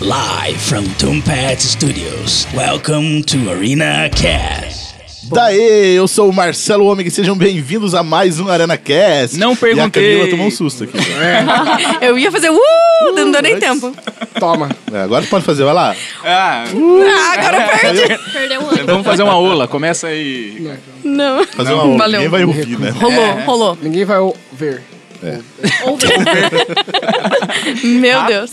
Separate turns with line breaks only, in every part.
Live from Tombat Studios. Welcome to Arena Cast.
Daê, eu sou o Marcelo Homem e sejam bem-vindos a mais um Arena Cast.
Não perguntei.
E a Camila tomou um susto aqui.
Eu ia fazer uh, não deu nem
antes.
tempo.
Toma.
É, agora tu pode fazer, vai lá.
Ah,
Ah, agora eu perdi.
Perdeu um ano.
Então vamos fazer uma ola. Começa aí.
Não. É.
Fazer uma outra.
valeu.
Ninguém vai ouvir, né?
Rolou, rolou.
Ninguém vai o- ver.
Meu Deus.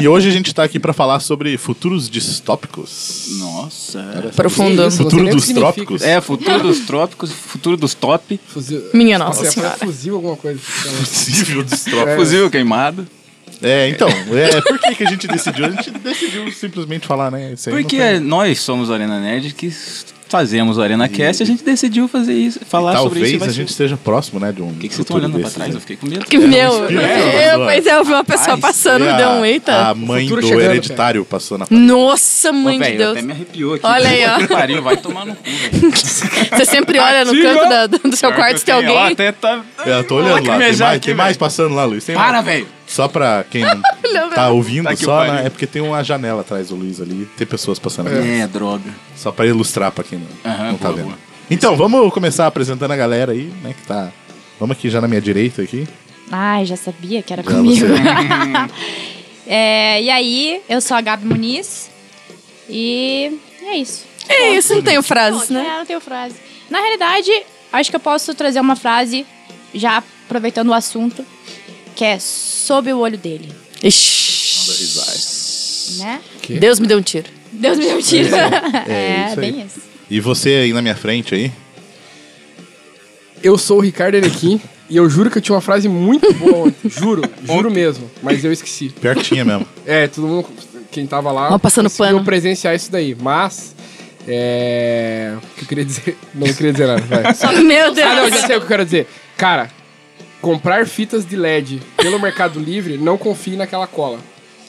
E hoje a gente tá aqui pra falar sobre futuros distópicos.
Nossa.
Profundo.
Isso,
Futuro
não
dos
sei nem o que
trópicos?
É, futuro dos trópicos, futuro dos top,
Fuzil.
Minha nossa
Você é
senhora.
foi fuzil alguma coisa.
Possível distópico.
fuzil queimado.
É, então, é, por que, que a gente decidiu? A gente decidiu simplesmente falar, né? Isso aí não
Porque é,
tem-
nós somos o Arena Nerd que s- fazemos o Arena Cast e a gente decidiu fazer isso, falar sobre isso. e
Talvez
vai
a
ser-
gente esteja próximo, né? De um. né?
O que, que vocês estão olhando pra trás? Eu fiquei com medo.
Que meu.
espírito,
Eu,
mano.
pois é, eu vi uma pessoa
Rapaz,
passando, me deu um
é A,
eita.
a mãe do
Futuro chegando,
hereditário passou na.
Nossa,
Ô,
mãe de
velho,
Deus.
até me arrepiou aqui. né?
Olha aí, ó.
Puta que Pariu, vai tomar no cu, velho.
Você sempre olha no
Ativa.
canto da- do, do seu quarto se tem
Ó,
alguém.
até tá...
Eu tô
Vou
olhando lá. Tem
lacrimejar
mais,
aqui,
tem mais
velho.
passando lá, Luiz. Tem mais.
Para, velho.
Só pra quem não
Olha,
tá
meu.
ouvindo,
Tá que
só
pariu.
na- é porque tem uma janela atrás do Luiz ali, tem pessoas passando ali.
É, droga.
Só pra ilustrar pra quem não,
Aham,
não tá
boa,
vendo.
boa.
Então, vamos começar apresentando a galera aí, né, que tá... Vamos aqui já na minha direita aqui.
Ai, já sabia que era
Já
comigo. É, e aí, eu sou a Gabi Muniz. E é isso.
É isso, não tenho frases,
Bom,
né?
é, não tenho frase. Na realidade, acho que eu posso trazer uma frase, já aproveitando o assunto, que é sob o olho dele,
Ixi.
né?
Deus me deu um tiro.
Deus me deu tiro.
É, isso aí.
bem isso.
E você aí na minha frente aí.
Eu sou o Ricardo Enequim e eu juro que eu tinha uma frase muito boa ontem. Juro, juro mesmo. Mas eu esqueci.
Pior que tinha mesmo.
É, todo mundo, quem tava lá,
Ó, passando
conseguiu
pano.
presenciar isso daí. Mas, é... O que eu queria dizer? Não eu queria dizer nada, vai.
Meu
Ah, não, já
Deus.
sei o que eu quero dizer. Cara, comprar fitas de LED pelo Mercado Livre, não confie naquela cola.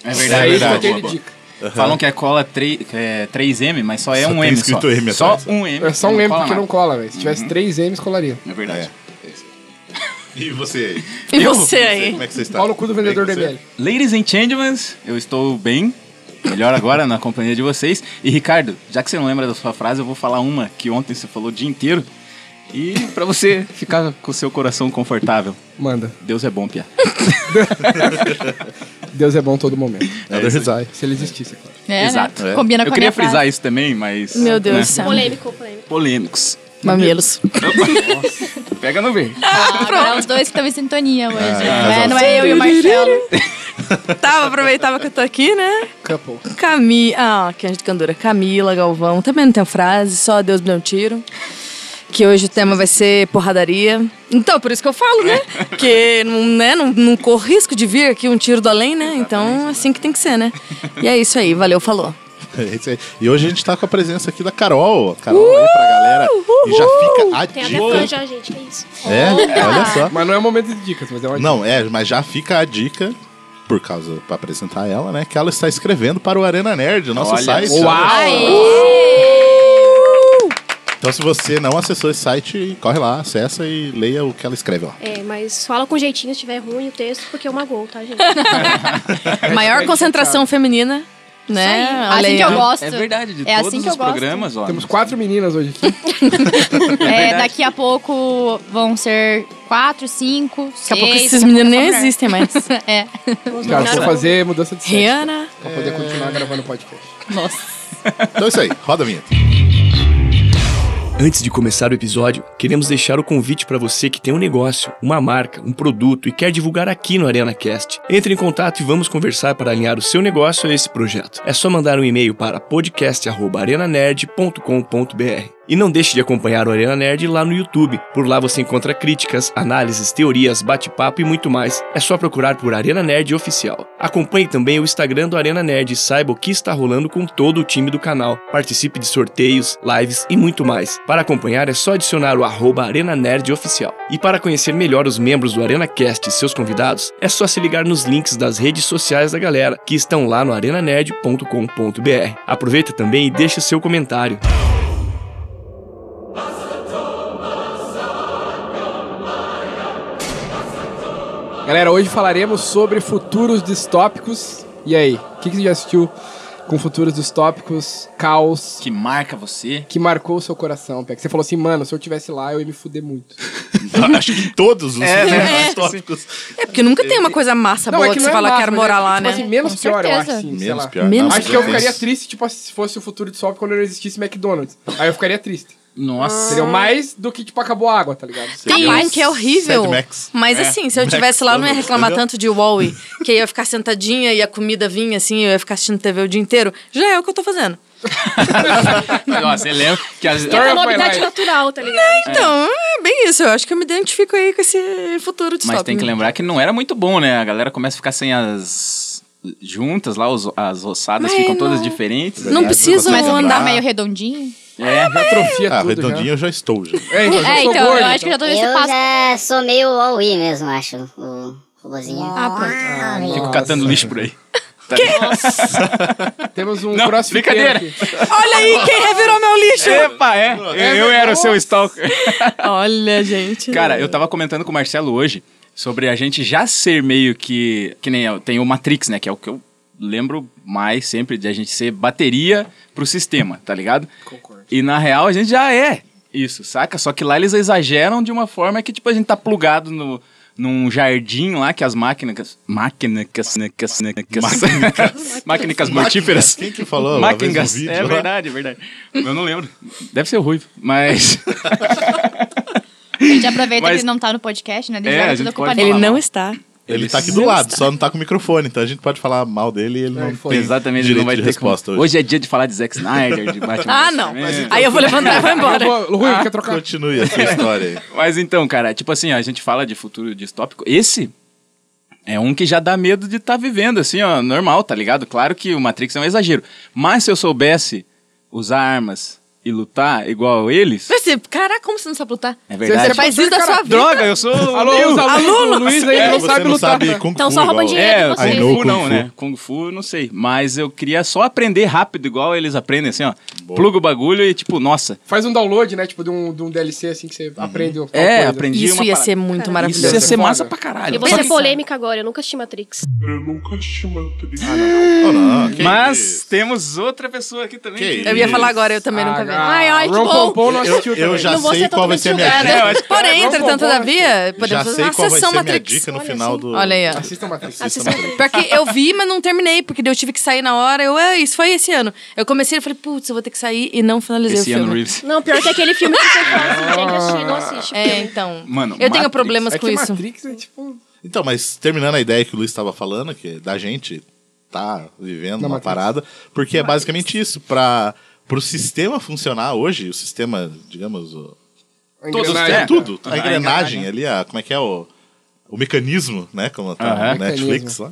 É
É
verdade.
isso que
verdade.
eu tenho de
Boa, boa.
dica.
Falam que é cola 3, é, 3M, mas só é
Só
um
tem
M.
escrito
só.
M
só
atrás.
um M.
É só um M porque
cola
não cola, velho. Se
Uhum.
tivesse três M's, colaria.
nada. É verdade.
É. E você aí?
E
Eu-
você aí?
Como é que você está?
Paulo Cu do vendedor do
Bem com
ML.
você?
Ladies and gentlemen, eu estou bem. Melhor agora na companhia de vocês. E Ricardo, já que você não lembra da sua frase, eu vou falar uma que ontem você falou o dia inteiro. E pra você ficar com o seu coração confortável.
Manda.
Deus é bom, Pia.
Deus é bom todo momento.
É do Rizai.
Se ele existisse, é claro.
É,
Exato.
Né? Combina
eu
com a
queria
minha
frisar
frase.
isso também, mas.
Meu Deus do
né,
céu.
Polêmico, polêmico.
Polêmicos.
Mamilos.
Pega no verde.
Agora é os dois que estão em sintonia hoje.
Ah,
né?
mas
não é eu e o Marcelo.
Tava, aproveitava que eu tô aqui, né?
Couple.
Camila. Ah, que anjo de candura. Camila, Galvão. Também não tem frase, só Deus me deu um tiro. Que hoje o tema vai ser porradaria. Então, por isso que eu falo, né? Porque não, né, não, não corro risco de vir aqui um tiro do além, né? Então, assim que tem que ser, né? E é isso aí, valeu, falou.
É isso aí. E hoje a gente tá com a presença aqui da Carol. Carol aí pra galera. E já fica a
Uh, Tem até
dica.
fã já, gente, que isso.
É, olha só.
Mas não é momento de dicas, mas é uma
Não, é, mas já fica a dica, por causa, pra apresentar ela, né? Que ela está escrevendo para o Arena Nerd, o nosso
Olha
site.
só.
Então, se você não acessou esse site, corre lá, acessa e leia o que ela escreve lá.
É, mas fala com jeitinho se tiver ruim o texto, porque eu magoo, tá, gente?
Maior concentração feminina, né? Olha
assim
aí,
que eu
ó.
gosto.
É verdade, de
É
todos
assim que eu
os
gosto.
programas, ó.
Temos quatro meninas hoje aqui.
É,
verdade.
daqui a pouco vão ser quatro, cinco, seis.
Daqui a pouco esses meninos nem
só mulher.
existem mais.
É.
Vamos
Cara,
dominar
vou
o-
fazer mudança de sexo
Rihanna.
pra poder continuar gravando o podcast.
Então é isso aí, roda a vinheta.
Antes de começar o episódio, queremos deixar o convite para você que tem um negócio, uma marca, um produto e quer divulgar aqui no ArenaCast. Entre em contato e vamos conversar para alinhar o seu negócio a esse projeto. É só mandar um e-mail para podcast@arenanerd.com.br. E não deixe de acompanhar o Arena Nerd lá no YouTube. Por lá você encontra críticas, análises, teorias, bate-papo e muito mais. É só procurar por Arena Nerd Oficial. Acompanhe também o Instagram do Arena Nerd e saiba o que está rolando com todo o time do canal. Participe de sorteios, lives e muito mais. Para acompanhar é só adicionar o arroba Arena Nerd Oficial. E para conhecer melhor os membros do ArenaCast e seus convidados, é só se ligar nos links das redes sociais da galera, que estão lá no arenanerd.com.br. Aproveita também e deixe o seu comentário.
Galera, hoje falaremos sobre futuros distópicos. E aí, o que, que você já assistiu com futuros distópicos, caos,
Que marca você.
que marcou o seu coração, Peck? Você falou assim, mano, se eu tivesse lá, eu ia me fuder muito.
Acho que em todos os
É,
né?
os tópicos.
É porque nunca tem uma coisa massa boa que, Tá você fala
massa,
quero
mas
morar
é,
lá,
tipo
né?
Assim, menos
Com
pior, eu acho,
certeza.
assim, sei
Menos
lá.
pior.
Menos
Nossa,
Acho que eu ficaria
fez-
triste, tipo, se fosse o futuro de Swap quando não existisse McDonald's. Aí eu ficaria triste.
Nossa.
Entendeu? Mais do que, tipo, acabou a água, tá ligado?
Tem
Seria
um que é horrível.
Sad Max.
Mas
É.
assim, se eu
Max
tivesse lá, eu não ia
Donald,
reclamar
entendeu?
tanto de Wall-E, que eu ia ficar sentadinha e a comida vinha assim, eu ia ficar assistindo TV o dia inteiro. Já é o que eu tô fazendo.
Ó, Você lembra que as...
É
Story
uma
of my
novidade
life.
natural, tá ligado?
Então, é bem isso. Eu acho que eu me identifico aí com esse futuro de
Mas tem que lembrar que não era muito bom, né? A galera começa a ficar sem as juntas lá, os- as ossadas
Mas
ficam todas
não-
diferentes.
Não precisam
Mas
Vou
andar
lembrar.
andar.
meio redondinho.
É,
Já atrofia
Ah,
tudo,
redondinho
já.
eu já estou, já.
É, então, já
É,
sou
então,
gordo,
eu acho que já tô nesse
Eu
passo.
É.
já É, sou meio Huawei mesmo, acho. O robozinho.
Ah, pronto.
fico
Nossa.
catando lixo por aí.
Temos um
Não,
crossfit
brincadeira.
aqui.
Olha aí quem revirou meu lixo!
Epa, é! Eu, eu era o seu stalker.
Olha, gente.
Cara, eu tava comentando com o Marcelo hoje sobre a gente já ser meio que. Que nem eu- tem o Matrix, né? Que é o que eu lembro mais sempre de a gente ser bateria pro sistema, tá ligado? Concordo. E na real a gente já é isso, saca? Só que lá eles exageram de uma forma que, tipo, a gente tá plugado no. Num jardim lá que as máquinas. Máquinas. Máquinas. Máquinas. Máquinas mortíferas.
Quem que falou? lá vez
Máquinas.
no vídeo
é
lá?
verdade, é verdade. Eu não lembro. Deve ser o Ruivo, mas.
A gente aproveita
Mas-
que ele não tá no podcast, né?
É,
Deixa
a
é,
gente
tudo
pode
ocupadinho.
Ele não está.
Ele tá aqui do
Não
lado,
está.
só não tá com o microfone, então a gente pode falar mal dele e ele não
foi.
tem
É, Exatamente,
direito
não vai
de
ter
resposta
como.
hoje.
Hoje é dia de falar de Zack Snyder, de Batman.
Ah,
vs
não.
Superman.
Aí eu vou levantar e vou embora.
Ô, Rui,
Ah,
quer trocar?
Continue essa história aí.
Mas então, cara, tipo assim, ó, a gente fala de futuro distópico. Esse é um que já dá medo de estar vivendo, assim, ó, normal, tá ligado? Claro que o Matrix é um exagero. Mas se eu soubesse usar armas e lutar igual eles.
Mas, assim, caraca, como você não sabe lutar?
É verdade.
Você faz isso da sua vida.
Droga, eu sou. um
Alô,
eu...
os alunos,
Aluno,
o Luiz aí não
é, você
sabe
não
lutar.
sabe Kung
Então
Fu
só rouba
igual-
dinheiro.
É,
de
Kung
vocês.
know
Fu não,
Kung Fu.
né? Kung Fu, não sei. Mas eu queria só aprender rápido, igual eles aprendem, assim, ó. Pluga o bagulho e, tipo, nossa.
Faz um download, né? Tipo, de um, de um DLC, assim, que você
Uhum.
aprende tal
É,
coisa.
aprendi uma
Isso ia
parada.
ser muito
Isso
maravilhoso.
ia ser
Foda.
massa pra caralho.
Eu vou
Só
ser
que-
polêmica agora, eu nunca assisti Matrix.
Oh, não, que
Mas temos outra pessoa aqui também.
Que
que-
Eu ia falar agora, eu também nunca vi. Ai, ai, que
Ah, Ron
bom.
Pompom não
isso.
assistiu
Eu, eu
também.
já
Não vou
sei
ser
qual vai ser a minha
Cara,
dica.
Porém,
Vamos,
entretanto,
vamos,
todavia,
Já
podemos fazer
sei
uma
qual vai
sessão
ser a minha
Matrix.
dica no
Olha
final
assim.
do...
Olha aí, ó.
Assistam Matrix.
Assista Matrix.
Pior que eu vi, mas não terminei, porque daí eu tive que sair na hora. Eu, "Ah, isso foi esse ano. Eu comecei e falei, putz, eu vou ter que sair e não finalizei
Esse
o
ano
filme.
Reeves.
Não, pior que aquele filme que você fala assim, tem que assistir, não assiste.
É, então.
Mano,
eu tenho
Matrix.
problemas
É
com
que
isso.
Matrix é tipo...
Então, mas terminando a ideia que o Luiz estava falando, que da gente tá vivendo
Na
uma
Matrix.
parada, porque é basicamente isso, para o sistema funcionar hoje, o sistema, digamos, o,
a
Todos
engrenagem.
tem
É.
tudo, a
A
engrenagem
engrenagem.
ali, a, como é que é o, o mecanismo, né, como tá
Aham.
no Netflix lá,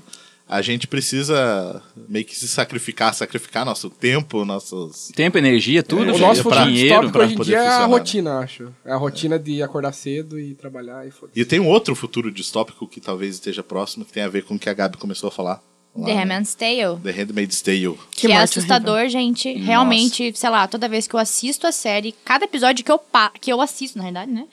a gente precisa meio que se sacrificar, sacrificar nosso tempo, nossos...
Tempo, energia, tudo.
O
É,
nosso
pra-
futuro
dinheiro.
distópico
pra
hoje em
poder
dia é a
funcionar, né?
rotina, acho. É a rotina de acordar cedo e trabalhar e foda-se.
E tem um outro futuro distópico que talvez esteja próximo, que tem a ver com o que a Gabi começou a falar. lá,
é
The
né?
Handmaid's Tale.
The Handmaid's Tale.
Que, é
morte
assustador, gente. Realmente, sei lá, toda vez que eu assisto a série, cada episódio que eu, pa- que eu assisto, na realidade, né?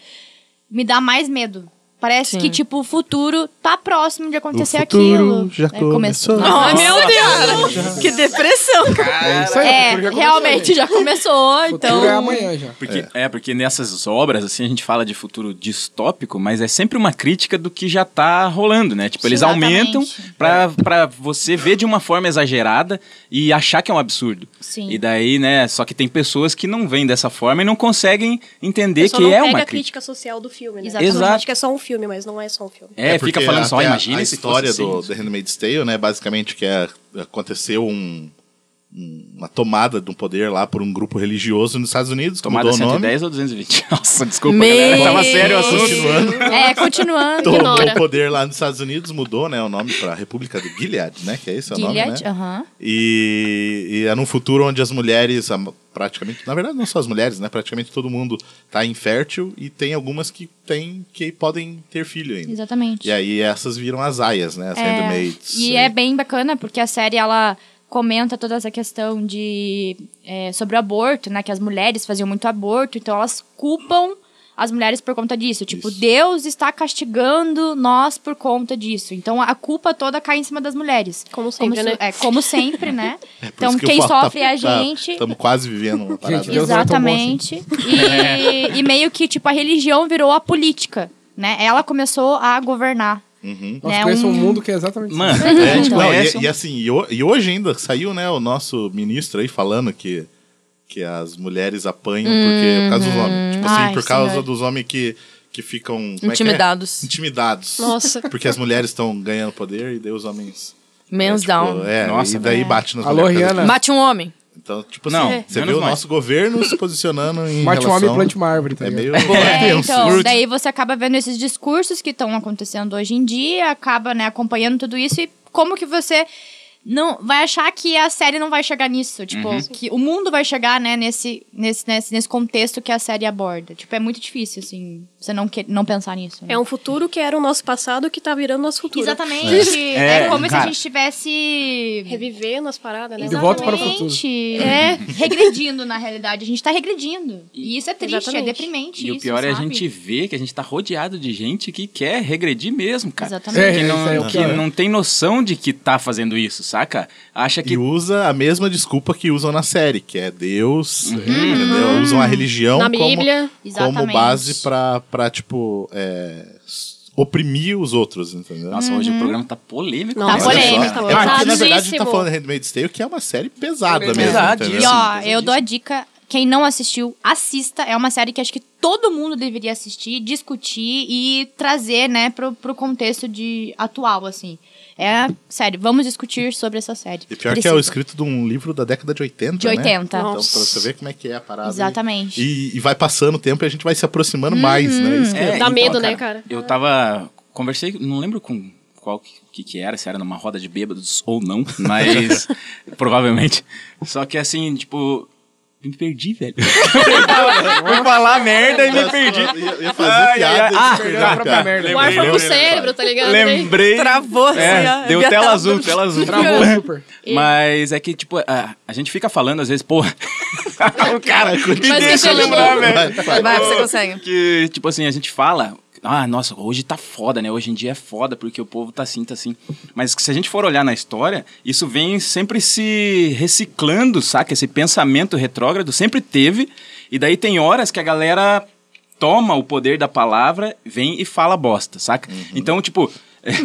Me dá mais medo. Parece
Sim.
que, tipo, o futuro tá próximo de acontecer
futuro
aquilo.
já
Aí começa-
começou.
Nossa.
Ai, meu Deus! Que depressão!
É isso aí, o
É,
futuro já começou,
realmente já começou,
né? O futuro
então.
é amanhã já.
Porque, é. porque nessas obras, assim, a gente fala de futuro distópico, mas é sempre uma crítica do que já tá rolando, né? Tipo, eles
Exatamente.
aumentam pra, pra você ver de uma forma exagerada e achar que é um absurdo.
Sim.
E daí, né? Só que tem pessoas que não veem dessa forma e não conseguem entender
Só
que
não
é
pega
uma
a
crítica.
crítica social do filme, né?
Exatamente.
Exato.
Acho que é só um filme, mas não é só um filme.
É,
porque
fica falando só,
até a-
imagina
a
se
história
fosse
do
assim.
The Handmaid's Tale, né? Basicamente que é, aconteceu um- um- uma tomada do poder lá por um grupo religioso nos Estados Unidos, que
Tomada
mudou o nome.
110 ou 220? Nossa, desculpa,
Meu
galera. Tava sério o assunto.
Continuando.
É, continuando.
Tomou
Ignora.
o poder lá nos Estados Unidos, mudou, né, o nome para República do Gilead, né, que é esse o nome, né?
Gilead, aham.
E, e é num futuro onde as mulheres, a- praticamente, na verdade não só as mulheres, né? Praticamente todo mundo tá infértil e tem algumas que tem que podem ter filho ainda.
Exatamente.
E aí essas viram as aias, né? As
É,
handmaids.
E é bem bacana, porque a série, ela comenta toda essa questão de... é, sobre o aborto, né? Que as mulheres faziam muito aborto, então elas culpam as mulheres por conta disso. Tipo,
Isso.
Deus está castigando nós por conta disso. Então a culpa toda cai em cima das mulheres.
Como sempre,
se-
né?
É, como sempre, né?
É por
então
isso que eu
quem
falo, tá-
sofre é a
tá-
gente.
Tamo quase vivendo uma parada.
Deus não é tão bom assim.
Exatamente. E, e meio que, tipo, a religião virou a política, né? Ela começou a governar.
Uhum.
Nós
né?
conhecemos um
Um-
mundo que é exatamente isso.
Mano,
É,
Né? a gente
não,
conhece
e, e assim, e, ho- e hoje ainda saiu, né, o nosso ministro aí falando que, que as mulheres apanham porque, por causa dos homens. Tipo assim,
Ai,
por causa
senhor.
dos homens que, que ficam... como é que é?
Intimidados.
Intimidados.
Nossa.
Porque as mulheres estão ganhando poder e daí os homens...
Menos
é,
down.
Tipo, é,
Nossa,
e daí bate nas
Alô,
mulheres.
Rihanna.
Bate um homem.
Então, tipo assim,
Não,
você
menos
vê o
nós.
nosso governo se posicionando em
Mate um
relação...
homem e plante uma árvore. tá
É meio...
ligado?
É,
tenso.
então, daí você acaba vendo esses discursos que estão acontecendo hoje em dia, acaba, né, acompanhando tudo isso e como que você não vai achar que a série não vai chegar nisso, tipo, que o mundo vai chegar, né, nesse, nesse, nesse, nesse contexto que a série aborda. Tipo, é muito difícil, assim, você não, que, não pensar nisso. né?
É um futuro que era o nosso passado que tá virando nosso futuro.
Exatamente.
É.
É,
É,
como se
cara.
a gente tivesse
Reviver nas paradas, né?
De volta para o futuro.
Exatamente. É, regredindo, na realidade. A gente tá regredindo. E isso é triste,
Exatamente.
é deprimente.
E o
isso,
pior é a
um sabe?
gente ver que a gente tá rodeado de gente que quer regredir mesmo, cara.
Exatamente.
É,
Que, não,
isso aí é o
que
pior.
não tem noção de que tá fazendo isso, saca? Acha que.
E usa a mesma desculpa que usam na série, que é Deus, entendeu? Usam a religião
Na
como,
Bíblia.
como
Uhum. Exatamente.
base pra, pra tipo, é, s- oprimir os outros,
Hum,
entendeu?
Nossa, hoje o programa tá polêmico.
Nossa,
né?
Tá
Olha só.
polêmico, tá
É porque, na verdade, a gente tá
pesadíssimo.
falando de Handmaid's Tale, que é uma série pesada mesmo,
Verdade.
entendeu?
E ó,
Sim,
eu dou a dica. Quem não assistiu, assista. É uma série que acho que todo mundo deveria assistir, discutir e trazer, né, pro, pro contexto de atual, assim. É, sério, vamos discutir sobre essa série.
E pior que é o escrito de um livro da década de 80,
De
né?
80.
Então, pra
Nossa.
você ver como é que é a parada.
Exatamente. Uhum.
E, e vai passando o tempo e a gente vai se aproximando mais, né? Isso que
É,
Dá medo, né, cara?
Eu tava. Conversei, não lembro com qual que, que que era, se era numa roda de bêbados ou não, mas provavelmente. Só que assim, tipo. Me perdi, velho. Vou falar merda e me perdi.
Eu ia- eu ia fazer
Ai, ai,
piada e
ai. Ah,
perdeu
a
a
própria
piada.
merda.
O ar foi pro
Lembrei,
cérebro, tá ligado?
né?
Daí-
Lembrei.
Travou, assim,
É,
ó.
deu
Minha
tela
tela
azul, tela azul.
Travou super.
Mas é que, tipo, a, a gente fica falando às vezes, porra. o cara, né?
Mas deixa eu lembrar,
Vai, vai.
Vai, você consegue.
que, tipo assim, a gente fala. Ah, nossa, hoje tá foda, né? Hoje em dia é foda, porque o povo tá assim, tá assim. Mas se a gente for olhar na história, isso vem sempre se reciclando, saca? Esse pensamento retrógrado sempre teve. E daí tem horas que a galera toma o poder da palavra, vem e fala bosta, saca?
Uhum.
Então, tipo,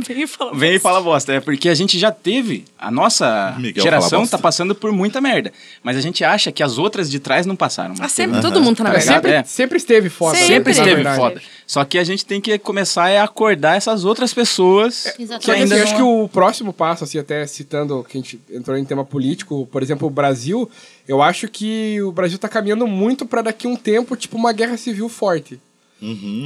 Vem e fala.
Vem e fala bosta. É porque a gente já teve. A nossa
Miguel fala
geração
bosta.
tá passando por muita merda. Mas a gente acha que as outras de trás não passaram.
Ah,
Mas
sempre, todo mundo tá na
Cara,
merda.
sempre,
é.
sempre esteve foda. né,
sempre
sempre,
na
esteve
verdade.
foda. Só que a gente tem que começar a acordar essas outras pessoas
Exatamente.
que
Só que
ainda
assim, eu acho
não...
que o próximo passo, assim, até citando que a gente entrou em tema político, por exemplo, o Brasil, eu acho que o Brasil tá caminhando muito pra daqui um tempo, tipo, uma guerra civil forte.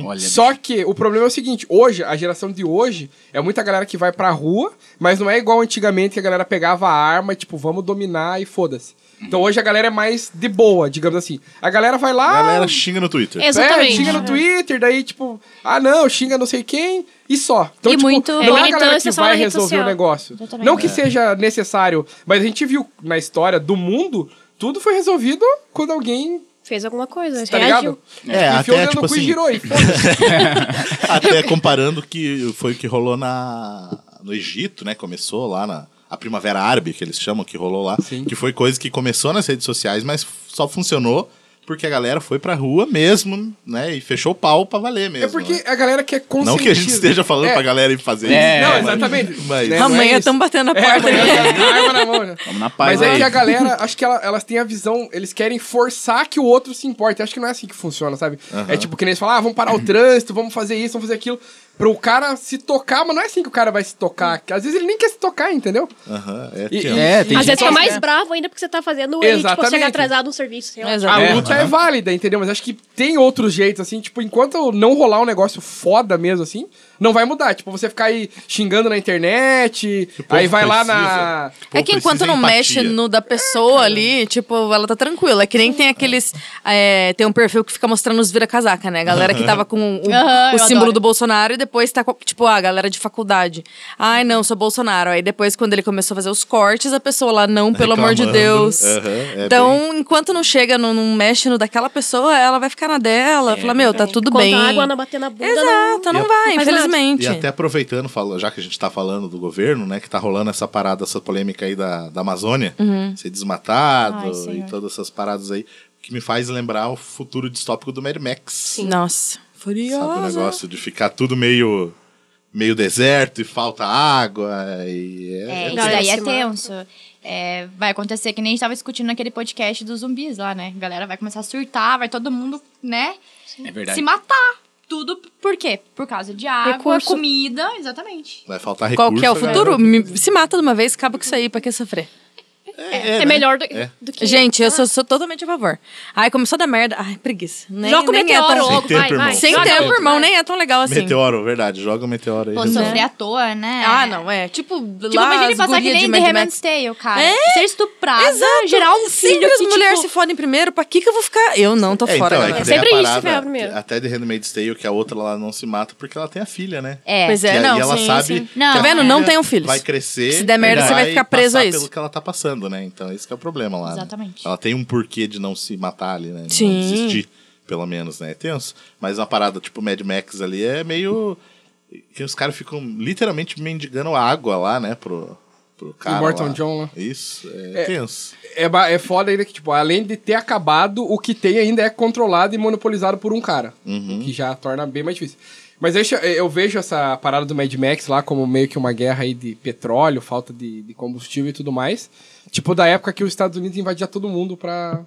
Olha,
Só que o problema é o seguinte, hoje, a geração de hoje, é muita galera que vai pra rua, mas não é igual antigamente que a galera pegava a arma e, tipo, vamos dominar e foda-se. Então hoje a galera é mais de boa, digamos assim. A galera vai lá,
Galera xinga no Twitter.
É,
Exatamente.
xinga no Twitter, daí, tipo, ah, não, xinga não sei quem e só. Então,
E
tipo,
muito-
não
É
é a galera que
militância só na
vai
rede
resolver o
social. É.
negócio.
Exatamente.
Não que seja necessário, mas a gente viu na história do mundo, tudo foi resolvido quando alguém,
Fez alguma coisa,
tá
reagiu.
ligado?
É,
Enfiou o
até
dedo
tipo
no cu e
assim,
girou. E foda-se.
Até comparando que foi o que rolou na, no Egito, né? Começou lá na a Primavera Árabe, que eles chamam, que rolou lá.
Sim.
Que foi coisa que começou nas redes sociais, mas f- só funcionou porque a galera foi pra rua mesmo, né? E fechou o pau pra valer mesmo.
é porque
né?
a galera quer conscientizar.
Não que a gente esteja falando
É.
pra galera ir fazer
É,
isso.
Não,
mas-
exatamente.
Mas,
Né? não é
Amanhã
isso.
estamos batendo na
É,
porta.
mas
né?
a galera tá com a arma na mão já.
vamos na paz.
Mas é
aí.
que a galera, acho que ela- elas têm a visão, eles querem forçar que o outro se importe. Acho que não é assim que funciona, sabe? É tipo que nem eles falam, ah, vamos parar o trânsito, vamos fazer isso, vamos fazer aquilo. Pro cara se tocar, mas não é assim que o cara vai se tocar. Às vezes ele nem quer se tocar, entendeu?
Aham, é, tem-
E- e-
É, tem
Às vezes
gente
fica
que-
mais bravo ainda porque você tá fazendo ele, tipo,
Exatamente.
chegar atrasado no serviço. sei lá.
A
Exato.
É,
luta é válida, entendeu? Mas acho que tem outros jeitos, assim, tipo, enquanto não rolar um negócio foda mesmo, assim, não vai mudar. Tipo, você ficar aí xingando na internet,
Tipo,
o povo
aí vai lá na.
precisa- o povo
É que enquanto
precisa
não
de
mexe
empatia.
no da pessoa
É.
ali, tipo, ela tá tranquila. É que nem tem aqueles. é, tem um perfil que fica mostrando os vira-casaca, né? A galera que tava com o,
Aham,
o
eu
símbolo
adoro.
do Bolsonaro e depois tá com, tipo, ah, a galera de faculdade. Ai, não, sou Bolsonaro. Aí Aí depois, quando ele começou a fazer os cortes, a pessoa lá, não, pelo amor de
Reclamando.
Deus.
Aham, é
então, enquanto não chega, não, não mexe no daquela pessoa, ela vai ficar na dela. Fala, meu, tá tudo
Enquanto
bem.
a água não bater na bunda, não...
Exato, não,
É. E a-
vai,
faz nada.
infelizmente.
E até aproveitando, fala- já que a gente tá falando do governo, né? Que tá rolando essa parada, essa polêmica aí da, da Amazônia, ser desmatado
Ai, senhor.
e todas essas paradas aí, que me faz lembrar o futuro distópico do Mad Max. Sim.
Nossa,
Sabe um o
furiosa.
negócio de ficar tudo meio, meio deserto e falta água e... É,
É, isso
Galera
daí é
se mata.
tenso. É, vai acontecer que nem a gente tava discutindo naquele podcast dos zumbis lá, né? A galera vai começar a surtar, vai todo mundo, né?
É verdade.
Se matar. Tudo por quê? Por causa de água,
Recurso.
comida, exatamente.
vai faltar recurso. né?
Qual que é o
galera.
futuro? Me- se mata de uma vez, acaba com isso aí, pra que sofrer?
É,
né?
melhor do, do que...
né? Gente, eu sou, sou totalmente a favor. Ai, começou a dar merda. Ai, preguiça. Nem,
um
Joga o
nem é
meteoro
tão...
logo,
Sem
vai,
tempo,
vai.
irmão.
Sem
Joga
tempo,
outro,
irmão,
vai.
nem é tão legal assim.
Meteoro, verdade. Joga o meteoro aí.
Pô,
resolve.
sofrer à toa, né?
Ah, não, é. Tipo,
Tipo,
lá
imagina
as
ele passar que
guria de
nem
Mad
The
Max.
Handmaid's Tale, cara.
É?
Ser estuprado,
Exato.
gerar um filho
Sempre as
que,
mulheres
tipo,
se fodem primeiro, pra que que eu vou ficar? Eu não tô
É,
fora. né?
então, é que
galera.
É
daí a
sempre isso,
parada,
ferra primeiro.
Até de Handmaid's Tale, que a outra lá não se mata porque ela tem a filha, né?
É.
Pois é,
e aí
não,
ela
sim,
sabe.
sim.
que
Não,
a
tá vendo?
filha
Não tenham filhos.
Vai crescer.
Se der merda,
e
você vai ficar preso
passar
a isso.
pelo que ela tá passando, né? Então, esse que é o problema lá. né?
Exatamente.
Ela tem um porquê de não se matar ali, né? De
Sim.
Não desistir, pelo menos, né? É tenso. Mas uma parada tipo Mad Max ali é meio. Que os caras ficam literalmente mendigando água lá, né? Pro, pro cara.
Morton
lá.
John
né?
lá.
Isso, é, tenso.
É, ba- é foda ainda que, tipo, além de ter acabado, o que tem ainda é controlado e monopolizado por um cara.
Uhum.
O que já torna bem mais difícil. Mas eu, acho- eu vejo essa parada do Mad Max lá como meio que uma guerra aí de petróleo, falta de, de combustível e tudo mais. Tipo, da época que os Estados Unidos invadiam todo mundo pra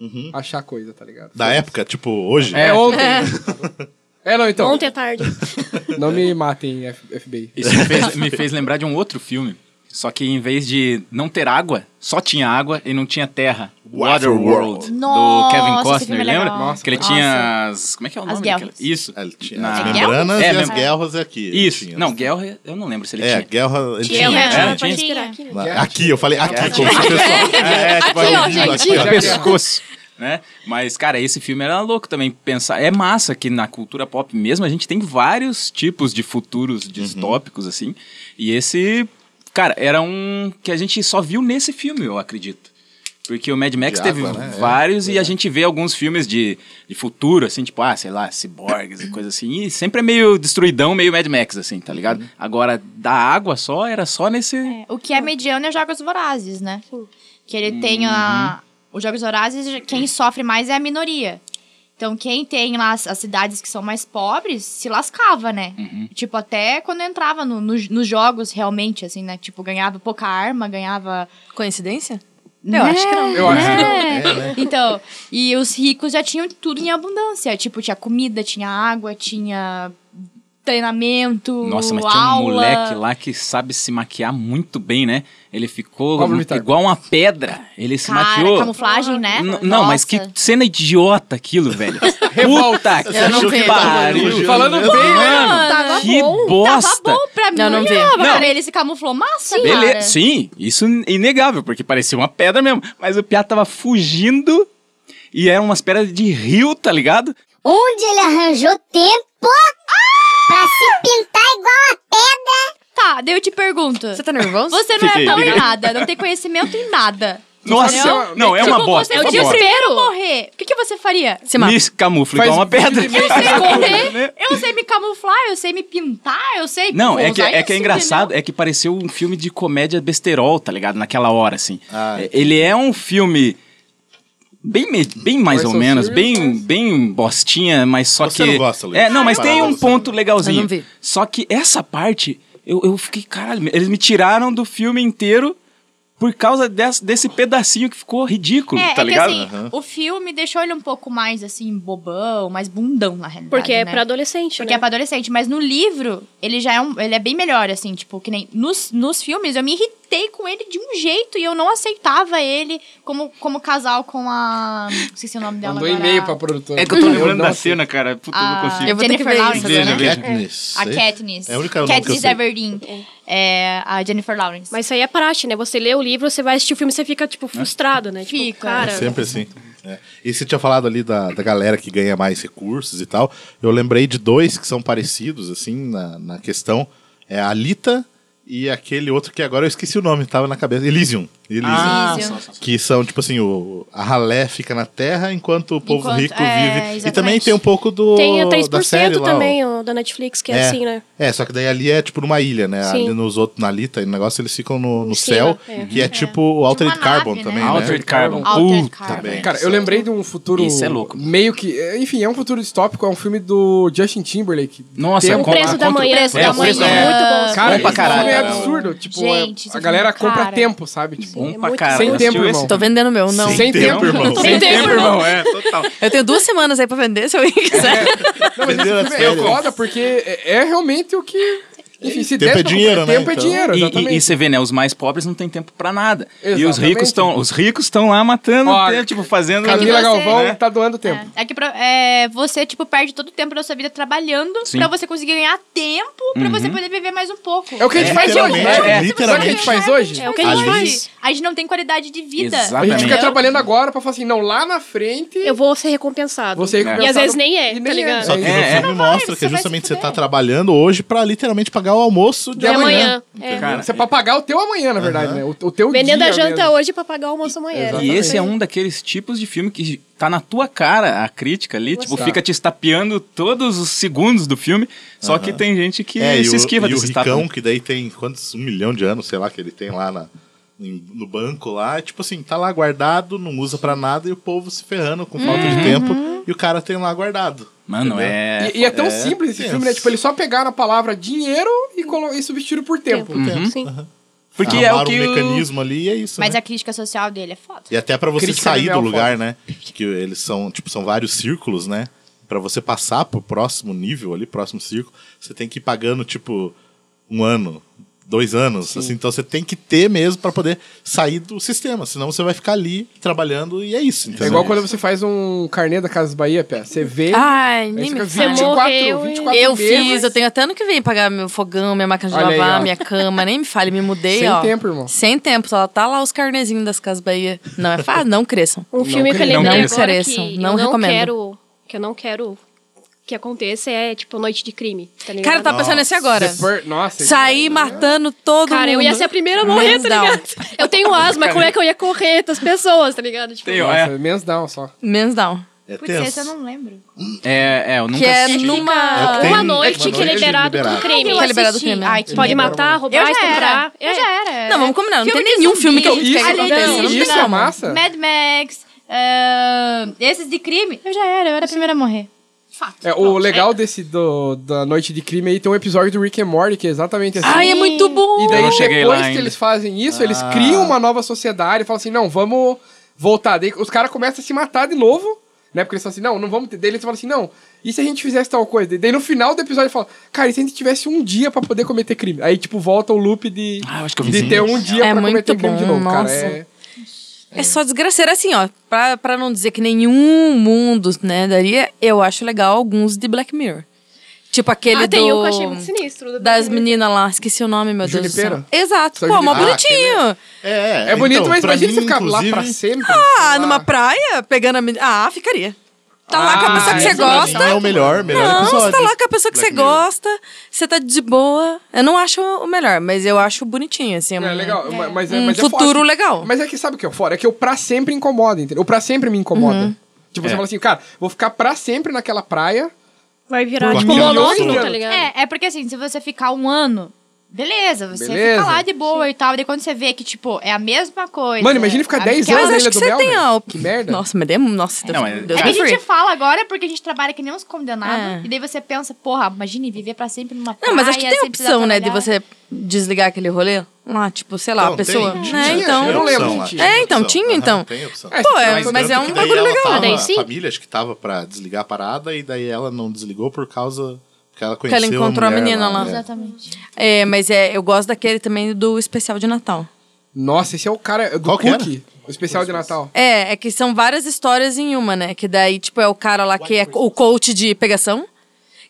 Uhum.
achar coisa, tá ligado?
Da época, tipo, hoje.
É, ontem. É, não, então.
Ontem à tarde.
Não me matem, F- FBI.
Isso me fez, me fez lembrar de um outro filme. Só que em vez de não ter água, só tinha água e não tinha terra. Waterworld, do
Nossa,
Kevin
esse
Costner,
filme é
lembra?
legal. Nossa,
que ele
nossa.
tinha as... Como é que é o nome?
guerras.
daquela- Isso.
Ele tinha
Na-
As
É
membranas
guerra?
e
É,
as
mem-
guerras aqui. ele
Isso.
tinha.
Não, guerra, eu não lembro se ele
É,
tinha.
guerra. Ele
Tinha,
tinha.
Tinha,
né? Pode
tinha.
tirar aqui. né?
Na- Aqui, eu falei aqui, como se fosse só.
É, tipo,
Aqui, ó,
aqui,
gente.
aqui, ó,
Já
pescoço. Né? Mas, cara, esse filme era louco também pensar. É massa que na cultura pop mesmo a gente tem vários tipos de futuros
Uhum.
distópicos, assim. E esse, cara, era um que a gente só viu nesse filme, eu acredito. Porque o Mad Max
De
teve
água, né? É,
vários e a gente vê alguns filmes de, de futuro, assim, tipo, ah, sei lá, ciborgues e coisa assim. E sempre é meio destruidão, meio Mad Max, assim, tá
Uhum.
ligado? Agora, da água só, era só nesse.
É, O
Hum.
que é mediano é Jogos Vorazes, né? Que ele tem a...
Uhum.
Os Jogos Vorazes, quem sofre mais é a minoria. Então, quem tem lá as, as cidades que são mais pobres, se lascava, né?
Uhum.
Tipo, até quando entrava no- no- nos jogos, realmente, assim, né? Tipo, ganhava pouca arma, ganhava...
tá Coincidência? Eu acho que não.
Eu acho que não.
É.
né?
Então, e os ricos já tinham tudo em abundância. Tipo, tinha comida, tinha água, tinha treinamento,
Nossa, mas tinha um
aula.
moleque lá que sabe se maquiar muito bem, né? Ele ficou um,
Pablo Vittar.
igual uma pedra. Ele se
Cara,
maquiou.
camuflagem, né?
N- não, mas que
Nossa.
cena idiota aquilo, velho. Puta
Revolta.
que
Eu não vi.
pariu.
Falando
Mesmo?
bem, né?
Tava
que
bom,
bosta.
Tava bom pra mim.
Não, não vi.
Tava,
Não.
Cara, ele se camuflou massa, cara.
Beleza, sim, isso é inegável, porque parecia uma pedra mesmo. Mas o Piá tava fugindo e eram umas pedras de rio, tá ligado?
Onde ele arranjou tempo pra se pintar igual a pedra?
Tá, daí eu te pergunto.
Você tá nervoso?
Você não
Fiquei.
é tão em nada, não tem conhecimento em nada.
Nossa,
Entendeu?
não, é
Tipo,
uma bosta.
Você
é uma
podia
bosta.
primeiro morrer. O que, que você faria?
Se mata.
Me camufla
Faz
igual uma
vídeo
pedra.
de
Eu sei
Né?
correr, eu sei me camuflar, eu sei me pintar, eu sei.
Não,
vou
é que,
usar
é que é
isso,
engraçado,
entendeu?
é que pareceu um filme de comédia besterol, tá ligado? Naquela hora, assim.
Ah,
É, Ele é um filme bem, me- bem mais
Mas
ou
são
menos,
filmes,
bem, bem bostinha, mas só
Você
que...
não gosta, Luiz.
É, não, mas
Ah,
tem
eu
um
gosto.
ponto legalzinho.
Eu não vi.
Só que essa parte, eu, eu fiquei, caralho, eles me tiraram do filme inteiro por causa desse, desse pedacinho que ficou ridículo,
É, é
tá ligado?
que assim,
Aham.
o filme deixou ele um pouco mais assim, bobão, mais bundão na realidade.
Porque é
né?
pra adolescente,
Porque é
né?
pra adolescente, mas no livro ele já é um, ele é bem melhor, assim, tipo, que nem nos, nos filmes eu me irritei com ele de um jeito e eu não aceitava ele como, como casal com a. Esqueci o nome dela.
Mandou
agora.
e-mail pra produtora.
É que eu tô
Eu
lembrando
não
da
aceito.
cena, cara. Puta, Ah, eu não
a
consigo.
Eu vou ter que
Jennifer
ver isso
Lawrence,
agora.
né?
Katniss.
A
sei.
Katniss.
É o único nome que eu
Katniss
sei.
Everdeen. É, a Jennifer Lawrence.
Mas isso aí é praxe, né? Você lê o livro, você vai assistir o filme, você fica, tipo, frustrado, né? Tipo,
Fica.
cara...
É sempre assim. É. E você tinha falado ali da, da galera que ganha mais recursos e tal. Eu lembrei de dois que são parecidos, assim, na, na questão. É a Alita e aquele outro que agora eu esqueci o nome, tava na cabeça. Elysium. Elysium.
Ah,
Elysium.
só, só, só.
Que são, tipo assim, o, a ralé fica na terra enquanto o povo
Enquanto-
rico
é,
vive. E
exatamente.
também tem um pouco do.
Tem o
da série
3%
lá,
também, ó, da Netflix, que é, assim, né?
É, só que daí ali é tipo numa ilha, né?
Sim.
Ali nos outros, na Lita e no negócio, eles ficam no, no
Em cima,
céu,
é.
que é, tipo o Altered
nave,
Carbon
né?
também, né?
Altered Carbon. Uh,
Altered
Puta
Carbon.
merda.
Cara, eu lembrei de um futuro.
Isso é louco.
Meio que. é, Enfim, é um futuro distópico, é um filme do Justin Timberlake.
Nossa,
Tem um
com-
O preço
a
da
contra-
manhã.
preço
é,
da
o preço
manhã.
da
Muito bom.
Cara,
pra
esse
caralho,
filme é
cara.
absurdo. Tipo,
Gente,
é-
esse
a galera
filme,
compra
cara.
tempo, sabe? Tipo,
Bom
É
pra
muito-
caralho.
Sem
Assistiu
tempo,
esse? tá
irmão.
Tô vendendo o meu, não.
Sem tempo, irmão.
Sem tempo,
irmão. É, total.
Eu tenho duas semanas aí pra vender, se alguém quiser.
Não, mas esse
Vendeu
filme
as
é
férias.
foda porque é, é realmente o que. Enfim, se
Tempo
der
é
pra
dinheiro,
comprar
né,
Tempo
então?
é dinheiro,
E-
exatamente.
E, e você vê, né? Os mais pobres não têm tempo pra nada. E os
Exatamente.
ricos estão, os ricos estão lá matando,
Ó,
né, tipo fazendo.
Camila
você-
Galvão
né?
tá doando tempo.
É que pra- é, você, tipo, perde todo o tempo da sua vida trabalhando
Sim.
pra você conseguir ganhar tempo pra você poder viver mais um pouco.
Uhum. É o que a gente
É,
faz hoje,
literalmente,
né?
é,
Sabe o que a gente
literalmente.
faz hoje?
É o que a gente
Às
faz. É
vezes-
A gente não tem qualidade de vida.
A gente fica
Exatamente.
trabalhando agora pra falar assim, não, lá na frente
Eu vou ser recompensado.
você
E às vezes nem é,
E
tá
nem é.
ligado?
Só que
É,
no
é.
filme mostra
você
que
vai se
justamente você
fuder.
tá trabalhando hoje pra literalmente pagar o almoço de
De
É
amanhã.
amanhã.
né?
É.
Cara,
Você é pra pagar o teu amanhã, na verdade, né? O, o teu
Vendendo
dia
a janta
mesmo.
hoje pra pagar o almoço amanhã.
Exato.
E esse
Exatamente.
é um daqueles tipos de filme que tá na tua cara a crítica ali, tipo,
Tá.
fica te estapeando todos os segundos do filme, só que tem gente que
É, e
se
o,
esquiva
e o
desse né? estapa.
Ricão, que daí tem quantos? Um milhão de anos, sei lá, que ele tem lá na- em- no banco lá. Tipo assim, tá lá guardado, não usa pra nada e o povo se ferrando com falta de tempo.
Uhum.
E o cara tem lá guardado.
Uhum. Mano, é.
E, e é tão
É,
simples esse
tenso.
filme, né? Tipo, eles só pegaram a palavra dinheiro e, colo- e substituíram por tempo.
Sim.
Porque é o
Armaram
que.
um
o-
mecanismo ali e é isso.
Mas
né?
a crítica social dele é foda.
E até pra você
Crítica
sair
do
do
Mel
lugar, né? Que eles são, tipo, são vários círculos, né? Pra você passar pro próximo nível ali, próximo círculo, você tem que ir pagando, tipo, um ano, dois anos, assim. Então você tem que ter mesmo pra poder sair do sistema. Senão você vai ficar ali trabalhando e é isso, entendeu?
É igual quando você faz um carnê da Casa Bahia, Pé. Você vê.
Ai,
aí
nem
fica
me fala.
Você
24,
morreu e-
24
Eu
vezes.
fiz, eu tenho até ano que vem pagar meu fogão, minha máquina de
Olha aí,
lavar,
ó.
minha cama, nem me fale, me mudei,
Sem
ó.
tempo, irmão.
Sem tempo, só tá lá os carnezinhos das Casas Bahia. Não é fácil, não cresçam.
Um filme que eu
não
lembrei
cresçam.
agora
Não
que
cresçam, não
eu não
recomendo.
quero, que eu não quero que aconteça é tipo Noite de Crime, tá ligado?
Cara, eu tava pensando nesse agora.
Super- Nossa.
Sair matando todo mundo.
Cara, eu ia ser a primeira a morrer,
Menos
tá
down.
ligado? Eu tenho asma, como é que eu ia correr das pessoas, tá ligado? Tipo,
Tem, ó,
Nossa,
é,
menos down só.
Menos down.
É
Putz, esse eu
tenso.
não lembro.
é, é, eu nunca
Que é
assisti.
numa.
É, tem-
uma
é
noite
uma
que é
noite
liberado
liberado.
com crime.
Que é liberado do crime.
Ai, que
Pode
merda.
matar, roubar,
Eu já
estuprar. Ah,
era. Eu já era.
Não, vamos combinar. Não
Filme
tem
de
nenhum filme que eu
zumbi,
quero que
alienígena,
aconteça. Não tem
Isso é
como.
massa.
Mad Max, ahn, esses de crime, eu já era, eu era a primeira a morrer.
É, o legal desse do, da Noite de Crime aí tem um episódio do Rick and Morty que é exatamente assim.
Ai, é muito bom.
E daí,
Eu não cheguei
depois
lá
que
ainda.
eles fazem isso, eles
Ah.
criam uma nova sociedade e falam assim: não, vamos voltar. Daí os caras começam a se matar de novo, né? Porque eles falam assim: não, não vamos ter. Daí eles falam assim: não, e se a gente fizesse tal coisa? Daí no final do episódio fala: cara, e se a gente tivesse um dia pra poder cometer crime? Aí, tipo, volta o loop de,
Ah, eu acho que eu vi
de
sim.
ter um dia
É
pra
muito
cometer crime de
bom,
novo, cara.
nossa.
É,
É só desgraceira assim, ó. Pra, pra não dizer que nenhum mundo, né, daria, eu acho legal alguns de Black Mirror. Tipo aquele
Ah,
do...
tem um que eu achei muito sinistro.
Das meninas lá, esqueci o nome, meu Deus do céu.
Junipeira?
Exato,
Só
pô, mó
Junipeira.
bonitinho.
É,
é bonito,
então,
mas
pra
imagina
mim,
você ficar lá pra
inclusive,
sempre.
Ah,
lá.
numa praia, pegando a menina... Ah, ficaria. Tá lá com a
Ah,
pessoa que
esse
você
pra mim
gosta.
é o melhor, melhor
Não,
episódio.
você tá lá com a pessoa que
Black
você
Mirror.
gosta, você tá de boa. Eu não acho o melhor, mas eu acho bonitinho, assim.
É
um-
legal, ma- mas é,
Um
mas é
futuro
foda.
legal.
Mas é que sabe o que é fora? É que o pra sempre incomoda, entendeu? O pra sempre me incomoda.
Uhum.
Tipo, você
É.
fala assim, cara, vou ficar pra sempre naquela praia.
Vai virar
Com
tipo
aquele
monótono,
outro.
tá ligado?
É, é porque assim, se você ficar um ano, beleza, você
Beleza.
fica lá de boa e tal. Daí quando você vê que, tipo, é a mesma coisa.
Mano, imagina ficar
a-
10
aquela-
anos
Mas acho
na Ilha
que
do
você
Mel,
tem
né?
a...
Que merda.
Nossa, mas... é- Nossa, Deus,
Não, é-
Deus
É que a
me
gente
free.
fala agora porque a gente trabalha que nem uns condenados.
É.
E daí você pensa, porra, imagine viver pra sempre numa praia.
Não, mas acho que tem
sem precisar
opção, né, de
trabalhar.
você desligar aquele rolê. Lá, tipo, sei lá,
Então,
a pessoa.
tem,
né,
tinha,
então.
tinha
eu não lembro,
opção lá,
gente.
tinha
É, então,
opção.
tinha,
Aham,
então.
tem opção.
É,
Pô, é,
mas
mas
Tanto
é
que tá?
um
daí
bagulho
ela
legal.
Tava,
daí sim.
A família, acho que tava pra desligar a parada, e daí ela não desligou por causa que ela
ela
conheceu
encontrou a
mulher
menina lá.
né?
Exatamente.
É, mas é, eu gosto daquele também do especial de Natal.
Nossa, esse é o cara é do
Qual que era?
Cookie, o especial de Natal.
É, é que são várias histórias em uma, né? Que daí, tipo, é o cara lá que é o coach de pegação.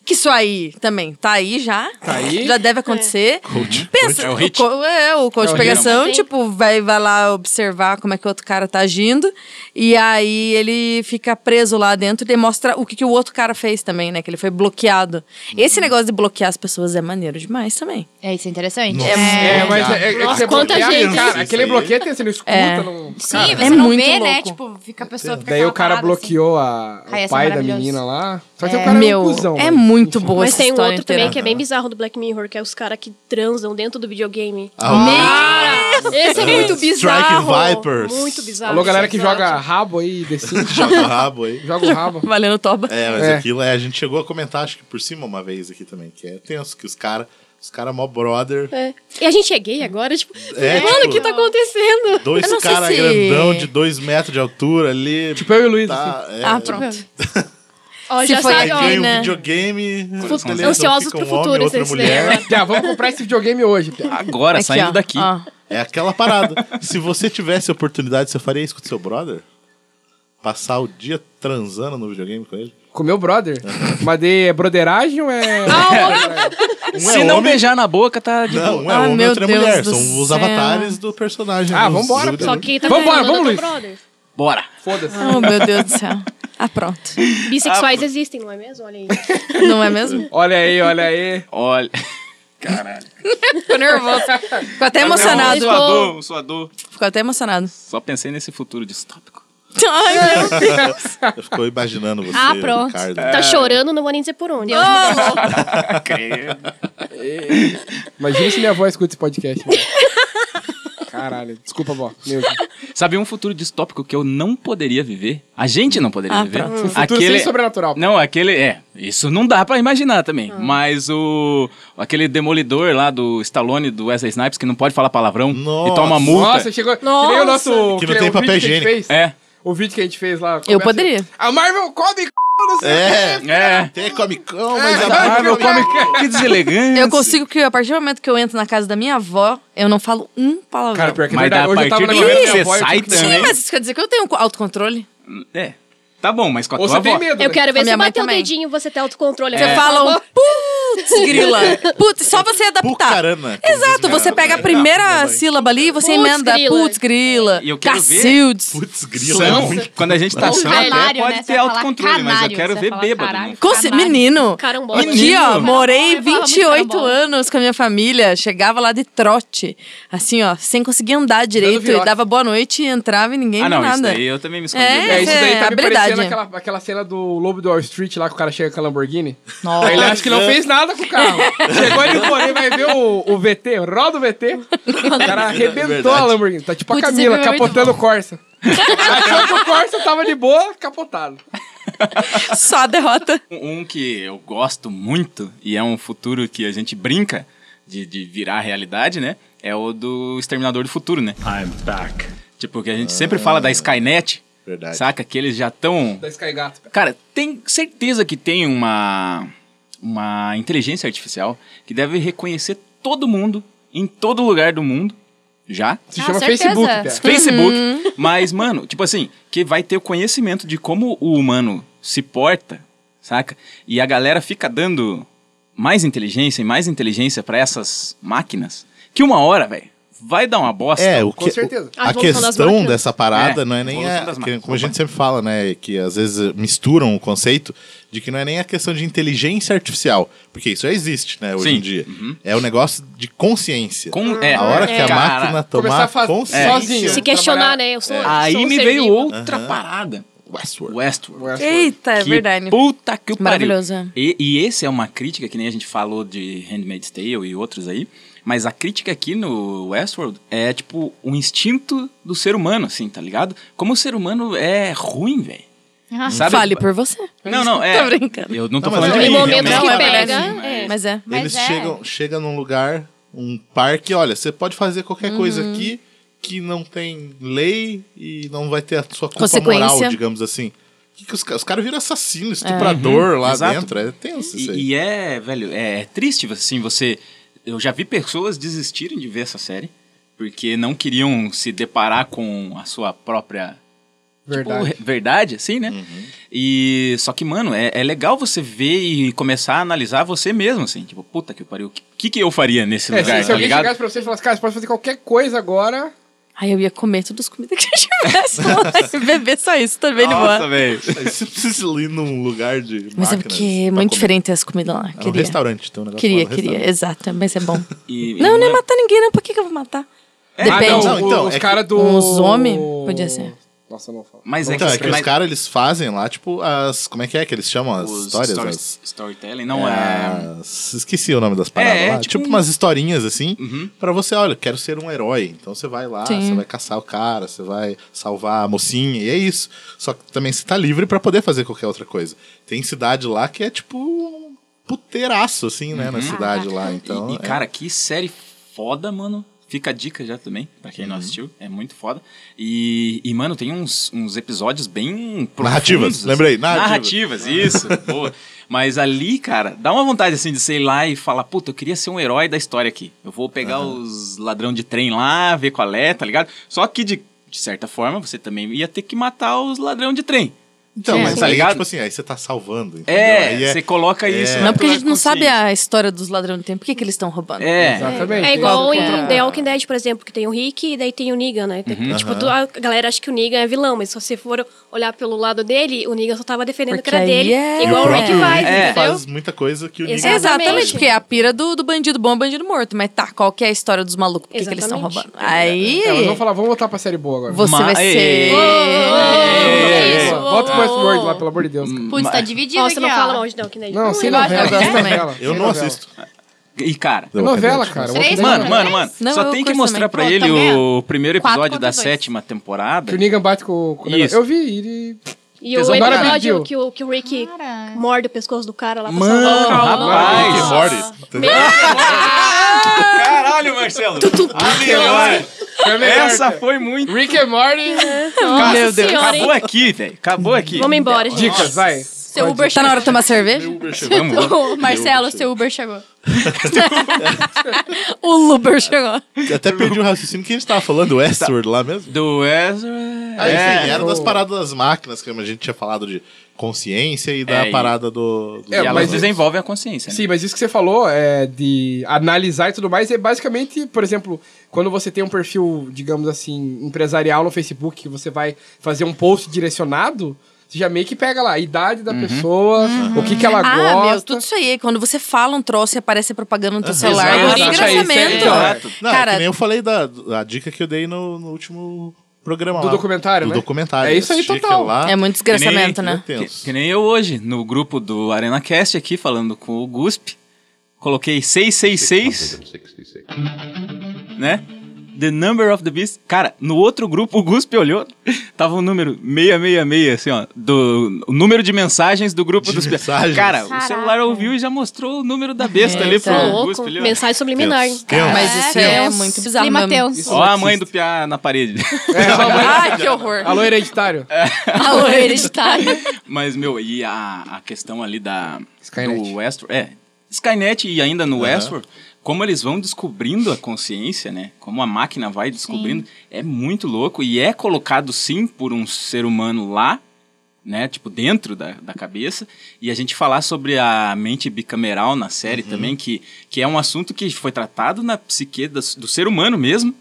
Que isso aí também tá aí já.
Tá aí.
Já deve acontecer.
Coach.
Pensa,
É o
o
hit.
co- é, o coach
É o
de pegação,
hit.
tipo, vai, vai lá observar como é que o outro cara tá agindo. E aí ele fica preso lá dentro e mostra o que, que o outro cara fez também, né? Que ele foi bloqueado. Esse negócio de bloquear as pessoas é maneiro demais também.
É, isso é interessante.
Nossa.
É,
É, mas é, é, é que
Nossa,
você
quanta
bloqueia,
gente.
Cara, aquele
Isso aí.
bloqueio tem, você não escuta, não...
Sim,
cara.
você
é
não
muito
vê, né?
louco.
Tipo, fica a pessoa fica
Daí
aquela
o cara
parada, assim.
bloqueou a,
Ah,
o
essa
pai
é
da
maravilhosa.
menina lá. Só que
É.
o cara é
Meu,
um cuzão.
é
né?
muito boa
Mas
essa
tem um
história
outro
inteira.
também que é bem bizarro do Black Mirror, que é os caras que transam dentro do videogame.
Ah,
Esse é muito
Strike
bizarro.
Vipers.
Muito bizarro.
Alô, galera que
Isso é
joga
exótico.
rabo aí, decide.
Joga o tá rabo aí.
joga o rabo.
Valendo toba.
É, mas
É.
aquilo é, a gente chegou a comentar, acho que por cima uma vez aqui também, que é tenso, que os caras, os caras mó brother,
É. E a gente é gay agora, tipo,
É,
mano, o
tipo-
que tá acontecendo?
dois
Eu não sei
caras
se-
grandão de dois metros de altura ali.
Tipo eu e o Luiz, assim.
tá, é,
Ah, pronto.
Ó,
Se
já
foi
sabe,
Aí
ó.
ganha um
né?
videogame,
Fut-
televisão
ansiosos
fica
pro
um
futuro
homem, outra
esse
mulher.
cinema.
Piá, vamos comprar esse videogame hoje, Piá.
Agora,
um- Aqui,
Tá saindo
ó, Ah.
daqui.
ó.
É aquela parada. Se você tivesse a oportunidade, você faria isso com o seu brother? Passar o dia transando no videogame com ele?
Com meu brother. Mas de é broderagem ou é.
Um
Se
é
não
homem,
beijar na boca, tá de
não,
boa.
um é
Ah,
homem,
meu
outra é
Deus
mulher.
do
São os
céu.
avatares do personagem.
Ah,
do
vambora,
jogo de
Só
luta.
que tá
Vambora,
ganhando
vamos,
teu
Luiz.
brother.
Bora.
Foda-se.
Oh, meu Deus do céu. Ah, pronto.
Bissexuais existem, não é mesmo? Olha aí.
Não é mesmo?
Olha aí, olha aí.
Olha.
Ficou nervoso. Ficou até
Um
emocionado.
suador, um suador.
Ficou até emocionado.
Só pensei nesse futuro distópico.
Ai, meu Deus.
Eu fico imaginando você,
Ah, pronto.
Ricardo.
Tá chorando, não vou nem dizer por onde.
Ah,
Imagina se minha avó escuta esse podcast. mano. Caralho, desculpa, avó. Mesmo.
Sabe um futuro distópico que eu não poderia viver? A gente não poderia
Ah,
viver.
pronto.
Um futuro sem sobrenatural.
Não, aquele é. Isso não dá pra imaginar também.
Ah.
Mas o aquele demolidor lá do Stallone do Wesley Snipes que não pode falar palavrão
Nossa.
e toma multa.
Nossa, chegou.
Nossa.
Que nem o nosso.
Que não
o
tem papel
vídeo que a gente
higiênico.
fez.
É.
O vídeo que a gente fez lá.
Eu
começa-
poderia.
A Marvel come c. Não sei
É,
É.
tem Comic Con, mas é a
Ah,
Ah,
Marvel
meu come que deselegante.
Eu consigo que a partir do momento que eu entro na casa da minha avó, eu não falo um palavrão.
Cara, pior que é
Mas
verdade.
da
Hoje eu tava
partir
na
do
casa da
momento
minha
que
avó.
você
eu
sai
tive que-
Sim,
também.
mas isso quer dizer que eu tenho autocontrole?
É. Tá bom, mas com a
Ou
tua
você tem
avó.
medo.
Eu
né?
quero
A
ver
minha
você
mãe
bater o
também.
dedinho, você ter autocontrole.
Você fala um
Tá
putz, grila. Putz, só você
é
adaptar.
Pucarana, como diz
tá. Exato,
minha
você
mãe.
pega a
Minha
primeira
mãe.
sílaba ali e você
Putz,
emenda
grila.
putz, grila,
E eu quero ver-
cacildes.
Putz, é grila.
São, é quando a gente tá
Ou
são, até
canário,
pode
né?
ter
Você vai falar
autocontrole, mas eu
canário,
quero
você
ver
fala
bêbado. né?
caralho.
não.
Conce-
Caralho.
Menino,
Carambola.
aqui ó,
Menino.
morei
Carambola, eu falava muito
28
carambola.
anos com a minha família, chegava lá de trote, assim ó, sem conseguir andar direito,
virote.
e dava boa noite, e entrava e ninguém
Ah,
viu
não, isso
nada.
daí eu também me escondi.
É,
É,
isso daí tá me parecendo
habilidade.
aquela, aquela cena do Lobo do Wall Street lá que o cara chega com a Lamborghini.
Nossa.
Ele acha que não fez nada com o carro. Chegou ele porém, vai ver o, o VT, o roda do VT. O cara arrebentou
Verdade.
a Lamborghini. Tá tipo a
Putz,
Camila,
esse filme é
capotando o Corsa. Achou que o Corsa tava de boa, capotado.
Só a derrota.
Um um que eu gosto muito, e é um futuro que a gente brinca de, de virar realidade, né? É o do Exterminador do Futuro, né?
I'm back.
Tipo, que a gente sempre fala da Skynet,
Verdade.
saca? Que eles já estão...
Da Sky Gato.
Cara, tem certeza que tem uma, uma inteligência artificial que deve reconhecer todo mundo, em todo lugar do mundo, já.
Se
Ah,
chama
certeza.
Facebook, cara.
É. Facebook. Mas, mano, tipo assim, que vai ter o conhecimento de como o humano se porta, saca? E a galera fica dando mais inteligência e mais inteligência pra essas máquinas, que uma hora, velho, vai dar uma bosta.
É, o
Com
que,
certeza.
o- a,
A evolução das
questão
máquinas.
dessa parada
É,
não é
a
nem
evolução
a,
das
que-
máquinas.
como a gente sempre fala, né, que às vezes eh, misturam o conceito de que não é nem a questão de inteligência artificial, porque isso já existe, né, hoje
Sim. Uhum.
em dia. É o negócio de consciência.
Com- é.
a hora que a
Cara,
máquina
começar
tomar
a fazer
consciência.
sozinho.
Se questionar, né? Eu sou,
É. Aí
sou um
me
ser
veio
vivo.
outra parada.
Westworld.
Westworld.
tipo,
Eita, é
Que
verdade.
Puta que o pariu.
Maravilhoso, é.
E, e esse é uma crítica que nem a gente falou de Handmaid's Tale e outros aí, mas a crítica aqui no Westworld é tipo um instinto do ser humano, assim, tá ligado? Como o ser humano é ruim, velho.
Ah,
Sabe?
Fale por você.
Não, não, é.
Tô brincando.
Eu não tô
Não, mas é
falando de
Em
Sim,
mim,
momentos
realmente.
Não,
que
é verdade.
pega. é.
Mas é.
Mas
Eles
é.
chegam, chega num lugar, um parque, olha, você pode fazer qualquer coisa
Uhum.
aqui que não tem lei e não vai ter a sua culpa moral,
Consequência. É.
digamos assim. Que que os, ca- os caras viram assassino,
Uhum.
estuprador lá
Exato.
dentro. É tenso isso aí.
E, e é, velho, é triste, assim, você... Eu já vi pessoas desistirem de ver essa série porque não queriam se deparar com a sua própria
Verdade.
tipo, re- verdade, assim, né? E só que, mano, é, é legal você ver e começar a analisar você mesmo, assim, tipo, puta que pariu, o que, que eu faria nesse
É,
lugar,
se, se
tá
alguém
ligado?
chegasse pra você e falasse, cara, você pode fazer qualquer coisa agora.
Aí eu ia comer todas as comidas que eu tivesse lá e beber só isso também no
Nossa,
ar.
velho.
Você precisa ir num lugar de.
Mas é
máquinas
porque é
pra comer.
muito diferente as comidas lá.
É um
Queria.
restaurante, tem um negócio
Queria,
chamado
queria,
restaurante.
exato, mas é bom.
E- é e
Não, eu não ia matar ninguém, não. Por que, que eu vou matar? Depende.
Ah, não,
Não, então,
os
é que-
caras do.
Uns homem, podia ser.
Nossa, eu não falo.
Mas é
Então,
que,
é que os
mas-
caras eles fazem lá, tipo, as. Como é que é que eles chamam as
os
histórias?
stories-
As-
Storytelling, não é...
as- Esqueci o nome das paradas
É, é,
lá.
tipo
Tipo,
um-
umas historinhas assim,
Uhum.
pra você, olha, quero ser um herói. Então você vai lá,
Sim.
você vai caçar o cara, você vai salvar a mocinha, e é isso. Só que também você tá livre pra poder fazer qualquer outra coisa. Tem cidade lá que é tipo um puteiraço, assim, né, na cidade lá. Então,
Uhum. E, e,
é-
cara, que série foda, mano. Fica a dica já também, pra quem
Uhum.
não assistiu. É muito foda. E, e, mano, tem uns, uns episódios bem. profundos, assim.
Narrativas, lembrei,
Narrativas,
narrativas.
isso, boa. Mas ali, cara, dá uma vontade assim de sei lá e falar, puta, eu queria ser um herói da história aqui. Eu vou pegar os ladrão de trem lá, ver qual é, tá ligado? Só que de, de certa forma você também ia ter que matar os ladrão de trem.
Então,
Sim.
mas
Tá
aí,
ligado?
tipo assim, aí você tá salvando. entendeu?
É,
Aí é-
você coloca isso.
Não, porque a
na
gente não
tua
sabe
consciência.
a história dos ladrões do tempo. Por que, que eles estão roubando?
É,
Exatamente.
É igual
Fala
em
contra-
The Walking Dead, por exemplo, que tem o Rick e daí tem o Negan, né? Tem- Tipo, tu- a galera acha que o Negan é vilão, mas se você for olhar pelo lado dele, o Negan só tava defendendo
Porque
que era
aí
dele,
é-
igual
E
o
o
Rick
próprio
faz,
Rick
entendeu?
faz muita coisa que o Negan
Exato.
Exatamente.
Exatamente.
porque é a pira do, do bandido bom, bandido morto. Mas tá, qual que é a história dos malucos? Por que, que eles estão
Exatamente.
roubando? Aí
É, mas vamos falar, vamos voltar pra série boa agora.
você
Ma-
vai ser...
Ei. É,
Ei,
Boa.
ô,
Volta pro
ô,
Westworld
ô.
lá, pelo amor de Deus.
Putz, tá dividido
Nossa,
aqui,
não
ó.
fala mal de The Walking Dead.
Não, sem
eu gosto,
novela.
eu gosto
sem
também.
novela,
Eu
sem
não
novela.
assisto.
E, cara,
É novela, cara.
Não,
Walking Dead
Três,
é
Mano,
novela.
mano, mano,
Não,
só
eu
tem que
curto
mostrar
também.
pra
Pô,
ele
também.
o primeiro
Quatro
episódio
contra
da
dois.
sétima temporada.
Que o Negan bate com, com o
Isso.
negócio. Eu vi ele.
E o
Tesão
para
episódio
Bill.
que o, que o Rick
Cara.
morde o pescoço do cara lá pra
Mano,
salvar o
Rick e
rapaz.
Morty. entendeu?
Caralho, Marcelo. A melhor.
É melhor,
Essa
cara.
foi muito.
Rick and Morty.
Nossa
Meu Deus.
senhora, hein?
Acabou aqui, velho. Acabou aqui.
Vamos embora, gente.
Dicas, vai.
Seu Uber
Tá na
chegou.
hora de tomar cerveja?
Vamos.
Ô, Marcelo, seu Uber chegou.
O Uber chegou.
Eu Até perdi o raciocínio que a gente tava
Tá.
falando, Westword lá mesmo.
Do Ezra.
Ah,
É,
enfim, era
tipo-
o-
das paradas das máquinas, que a gente tinha falado de consciência e da
É, e-
parada do. do
É,
e elas
mas-
desenvolvem a consciência. Né?
Sim, mas isso que você falou é, de analisar e tudo mais é basicamente, por exemplo, quando você tem um perfil, digamos assim, empresarial no Facebook, que você vai fazer um post direcionado, você já meio que pega lá a idade da
Uhum.
pessoa,
Uhum.
o que, que ela
Ah,
gosta.
meu, tudo isso aí. Quando você fala um troço e aparece a propaganda no teu celular,
Exato,
é um
exato, é isso aí,
desgraçamento.
exato.
Não, é
Cara,
que nem eu falei da, da dica que eu dei no, no último programa
Do
lá.
documentário,
Do
né?
documentário.
É isso aí,
Assisti
total.
aquilo Lá,
é muito
Que
desgraçamento,
nem-
né?
que nem tenso.
Que nem eu hoje, no grupo do ArenaCast aqui, falando com o Gusp. Coloquei 666. Né? The number of the beast. Cara, no outro grupo, o Gusp olhou, tava o número 666, assim, ó. Do, o número de mensagens do grupo
De
dos...
mensagens.
Cara, o
Caraca.
celular ouviu e já mostrou o número da besta ali
Eita.
pro
Tá
Gusp.
louco,
ali, ó.
mensagem subliminar.
Tenso.
hein?
Tenso.
Mas isso é
tenso.
muito bizarro
Clima
mesmo.
tenso.
Ó a mãe do Piá na parede.
Ai, que horror.
É, Alô, hereditário.
É,
Alô, hereditário.
Mas, meu, e a, a questão ali da.
Skynet.
Do Westworld. É. Skynet e ainda no Westworld, como eles vão descobrindo a consciência, né? Como a máquina vai descobrindo, é muito louco. E é colocado, sim, por um ser humano lá, né? Tipo, dentro da, da cabeça. E a gente falar sobre a mente bicameral na série
Uhum.
também, que, que é um assunto que foi tratado na psique das- do ser humano mesmo.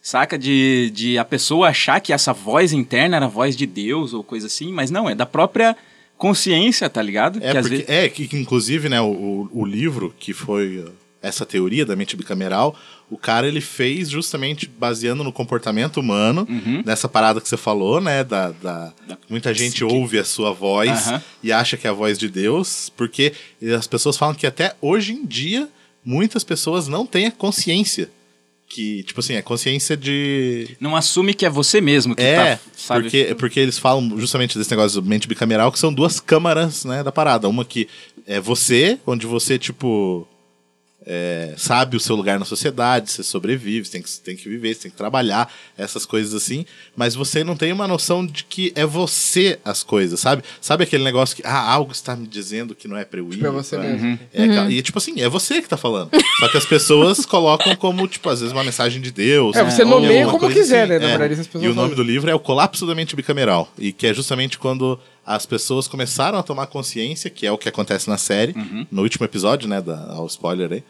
Saca? De, de a pessoa achar que essa voz interna era a voz de Deus ou coisa assim, mas não, é da própria consciência, tá ligado?
É,
que às
porque,
vezes...
é que, que inclusive, né, o- o, o livro que foi uh, essa teoria da mente bicameral, o cara ele fez justamente baseando no comportamento humano, nessa parada que você falou, né, da, da- muita gente ouve a sua voz
Aham.
e acha que é a voz de Deus, porque as pessoas falam que até hoje em dia muitas pessoas não têm a consciência que, tipo assim, a consciência de
Não assume que é você mesmo que
é,
tá, sabe?
porque, porque eles falam justamente desse negócio de mente bicameral, que são duas câmaras, né, da parada. Uma que é você, onde você, tipo... é, sabe o seu lugar na sociedade, você sobrevive, você tem que, você tem que viver, você tem que trabalhar, essas coisas assim, mas você não tem uma noção de que é você as coisas, sabe? Sabe aquele negócio que, ah, algo está me dizendo que não é pra eu ir.
Tipo, é você
pra-
mesmo.
é, ca- E tipo assim, é você que tá falando. Só que as pessoas colocam como, tipo, às vezes uma mensagem de Deus. né,
É, você
ou
nomeia
alguma
como
coisa
quiser, né? Na
é.
verdade, essas pessoas
E o nome
falam.
do livro é O Colapso da Mente Bicameral. E que é justamente quando as pessoas começaram a tomar consciência, que é o que acontece na série,
Uhum.
no último episódio, né? Da, ao spoiler aí.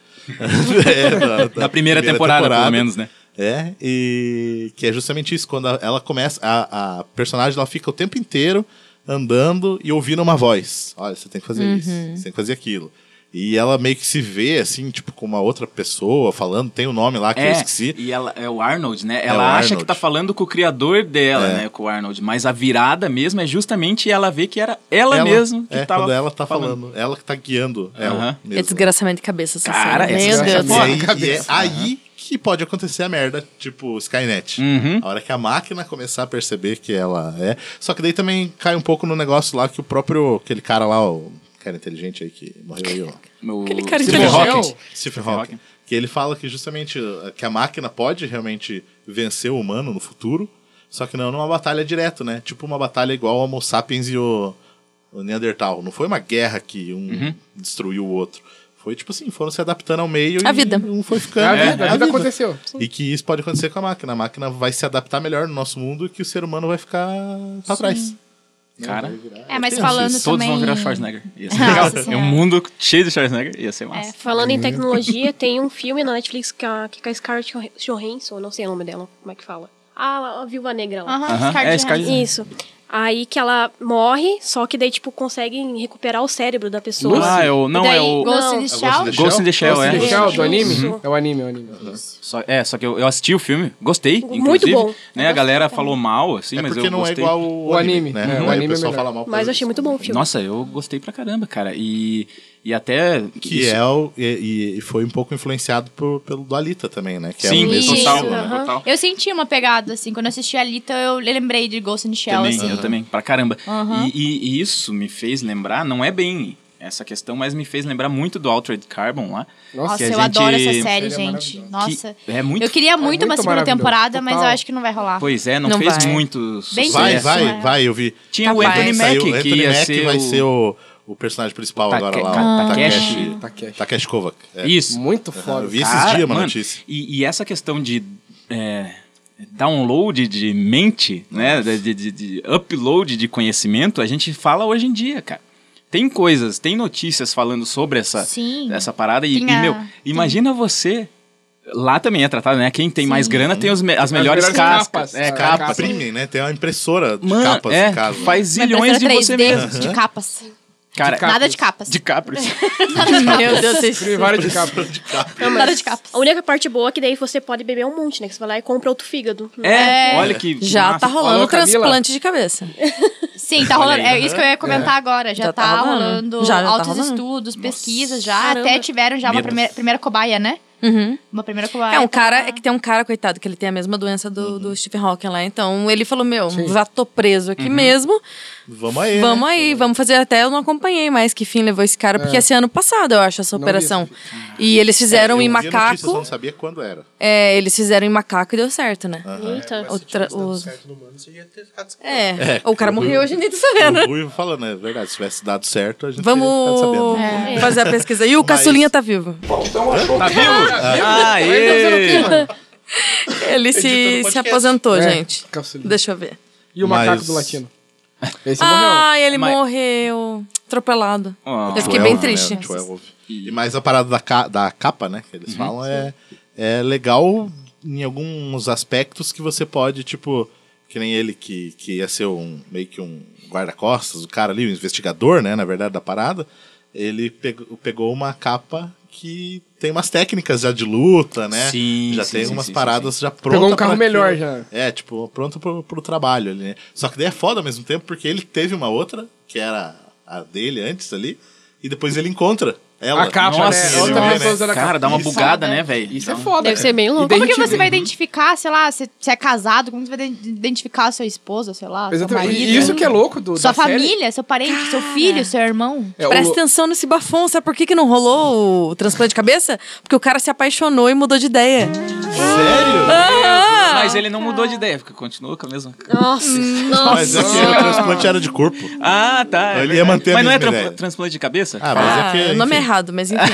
É, da, da
Da primeira, temporada, pelo menos, né?
é, e que é justamente isso, quando a- ela começa, a, a personagem ela fica o tempo inteiro andando e ouvindo uma voz. Olha, você tem que fazer isso, você tem que fazer aquilo. E ela meio que se vê, assim, tipo, com uma outra pessoa falando, tem o nome lá que eu esqueci.
É, e ela é o Arnold, né?
o
Ela acha
Arnold.
que tá falando com o criador dela,
É.
né? Com o Arnold. Mas a virada mesmo é justamente ela ver que era ela,
Ela-
mesma que
é,
tava
quando ela tá falando. Ela que tá guiando ela
Aham.
É
mesma.
desgraçamento de cabeça essa
Cara,
cena.
essa
Meu
cena é
Deus. do
E
céu.
foda.
aí,
Cabeça.
e é aí que pode acontecer a merda, tipo Skynet.
Uhum.
A hora que a máquina começar a perceber que ela é. Só que daí também cai um pouco no negócio lá que o próprio. Aquele cara lá, o cara inteligente aí que morreu aí, ó.
O
Aquele cara
Stephen
inteligente.
Hawking.
Stephen Hawking. Que ele fala que justamente uh, que a máquina pode realmente vencer o humano no futuro, só que não numa batalha direto, né? Tipo uma batalha igual ao Homo sapiens e o, o Neandertal. Não foi uma guerra que um destruiu o outro. Foi tipo assim, foram se adaptando ao meio
A
e
vida.
um foi ficando.
É a
É,
vida,
é
a vida aconteceu.
E que isso pode acontecer com a máquina. A máquina vai se adaptar melhor no nosso mundo e que o ser humano vai ficar pra trás.
Cara,
É, mas
Pensa,
falando
todos
todos
também...
vão virar Schwarzenegger. Ia ser
Nossa
legal. É
Senhora.
um mundo cheio de Schwarzenegger. Ia ser
É,
massa.
Falando
Uhum.
em tecnologia, tem um filme na Netflix que a, que é a Scarlett Joh- Johansson, não sei o nome dela, como é que fala? Ah, a Viúva Negra lá.
Aham,
Aham,
Scarlett
é, Scarlett-
Johansson.
Isso. Aí que ela morre, só que daí, tipo, conseguem recuperar o cérebro da pessoa.
Ah, é o-
E
não,
daí-
é o-
Ghost in the
não.
Shell.
Shell?
Ghost in the Shell,
Ghost in
é.
the Shell, do anime?
Uhum.
Isso.
É o anime, é o anime.
Só, é, só que eu, eu assisti o filme, gostei,
Muito
inclusive.
bom.
Né, a galera falou mal, assim,
É
mas
porque
eu
não é
gostei.
igual o,
O
anime,
anime,
né?
é, o
Aí
anime é
pessoal
melhor.
fala mal por
Mas
causa
eu achei
disso.
muito bom o filme.
Nossa, eu gostei pra caramba, cara. E, e até.
Que
isso-
é o. E, e foi um pouco influenciado por, pelo Dualita também, né? Que é
Sim,
o mesmo
isso,
um total,
estilo, né?
aham.
total.
Eu senti uma pegada, assim, quando eu assisti a Lita, eu lembrei de Ghost in the Shell,
também,
assim.
Eu também, pra caramba.
Aham.
E, e- e isso me fez lembrar, não é bem essa questão, mas me fez lembrar muito do Altered Carbon lá.
Nossa,
Que
Nossa,
a
eu
gente-
adoro essa
Série
série,
é
gente.
maravilhosa.
Nossa.
Que é muito.
Eu queria muito,
muito
uma segunda
maravilhoso,
temporada, mas eu
total.
acho que não vai rolar.
Pois é, não,
Não
fez
vai.
muito
Bem
sucesso.
Vai,
Isso,
vai,
né?
vai, eu vi.
Tinha Tipo o
Capaz.
Anthony
Saiu-
Mack, que
Anthony
ia
Mack
ser
vai
o-
ser o, o personagem principal
Take-
agora lá,
Ka-
o
Takeshi.
Takeshi.
Takeshi.
Takeshi Kovac. É.
Isso.
muito
Eu
foda.
vi esses
Cara,
dias uma
mano,
notícia.
E, e essa questão de é, download de mente, né? De, de- de- de upload de conhecimento, a gente fala hoje em dia, cara. Tem coisas, tem notícias falando sobre essa,
Sim.
é. essa parada. E, e,
Tinha-
meu,
tem.
imagina você. Lá também é tratado, né? Quem tem mais grana tem os me- as melhores
melhores
cascas.
capas.
É,
As
Cara,
capas.
imprimem, né? Tem uma impressora de
Mano,
capas
é,
em casa.
faz
Uma
zilhões de
impressora
você
3D
mesmo.
De capas.
Cara,
capas.
Nada de capas.
de capres.
Meu Deus do
Escrevi
céu.
várias de capa.
Nada de capas.
A única parte boa é que daí você pode beber um monte, né? Que você vai lá e compra outro fígado.
É, olha que. que
Já
massa.
tá rolando
Alô, Camila?
transplante de cabeça.
Sim, tá rolando. É isso que eu
né?
ia comentar agora. Já,
Já
tá,
tá rolando.
rolando
Já, já tá
altos
rolando.
estudos, pesquisas já.
Caramba.
Até tiveram já uma
Menos.
primeira, primeira cobaia, né?
Uhum.
Uma primeira cobaia.
É, um
tá-
cara, é que tem um cara, coitado, que ele tem a mesma doença do, do Stephen Hawking lá. Então, ele falou, meu, já tô preso aqui mesmo.
Vamos aí.
Vamos
né?
aí, vamos fazer até. Eu não acompanhei mais que fim levou esse cara, porque esse ano passado, eu acho, essa
vi
operação. E eles
É,
fizeram
Eu vi
em
a notícia, só
um macaco.
não sabia quando era.
É, eles fizeram em macaco e deu certo, né?
Eita.
Outra, os-
certo no humano, você ia ter ficado sem
É, o cara morreu, a gente nem tá sabendo.
O Ruivo falando, é verdade. Se tivesse dado certo, a gente teria ficado
Vamos
sabendo.
fazer a pesquisa. E o caçulinha tá vivo.
então
Tá
é
vivo? Aê!
Ele se, se aposentou,
É.
gente.
Caçulinha.
Deixa eu ver.
E o
Mas-
macaco do latino? Esse morreu.
Ah, ele
Mas-
morreu. Atropelado.
Oh.
eu fiquei
12,
bem
né,
triste.
12. E mais a parada da, ca- da capa, né? Que eles
Uhum.
falam é, é legal em alguns aspectos que você pode, tipo, que nem ele que, que ia ser um meio que um guarda-costas, o cara ali, o investigador, né? Na verdade, da parada, ele pegou, pegou uma capa que tem umas técnicas já de luta, né?
Sim,
já
sim,
tem
sim,
umas
sim,
paradas já prontas.
Pegou um carro melhor já.
É, tipo, pronto pro, pro trabalho ali, né? Só que daí é foda ao mesmo tempo, porque ele teve uma outra, que era a dele antes ali, e depois ele encontra Ela.
A capa,
Nossa,
né?
ele
Outra
vê,
pessoa usando a
Cara,
capa.
dá uma bugada, né, velho?
Isso
Dá
é
um-
foda.
Deve
cara.
ser bem louco.
E daí
Como é que
a gente-
você vai identificar, sei lá, se se é casado, como você vai iden- identificar seu esposo, sei lá, seu
Exatamente.
marido?
E isso que é louco do.
Sua
da série.
família, seu parente, seu filho, seu irmão.
É, o-
Presta atenção nesse bafão, sabe por que, que não rolou o transplante de cabeça? Porque o cara se apaixonou e mudou de ideia.
Sério?
Ah!
Mas ele não mudou de ideia, porque continuou com a mesma.
Nossa,
Mas
nossa.
é que o transplante era de corpo.
Ah, tá.
Ele ia
verdade.
manter a
Mas não é
mesma
tran-
ideia.
transplante de cabeça?
Ah, mas
Ah,
é que.
o nome é
enfim.
errado, mas enfim.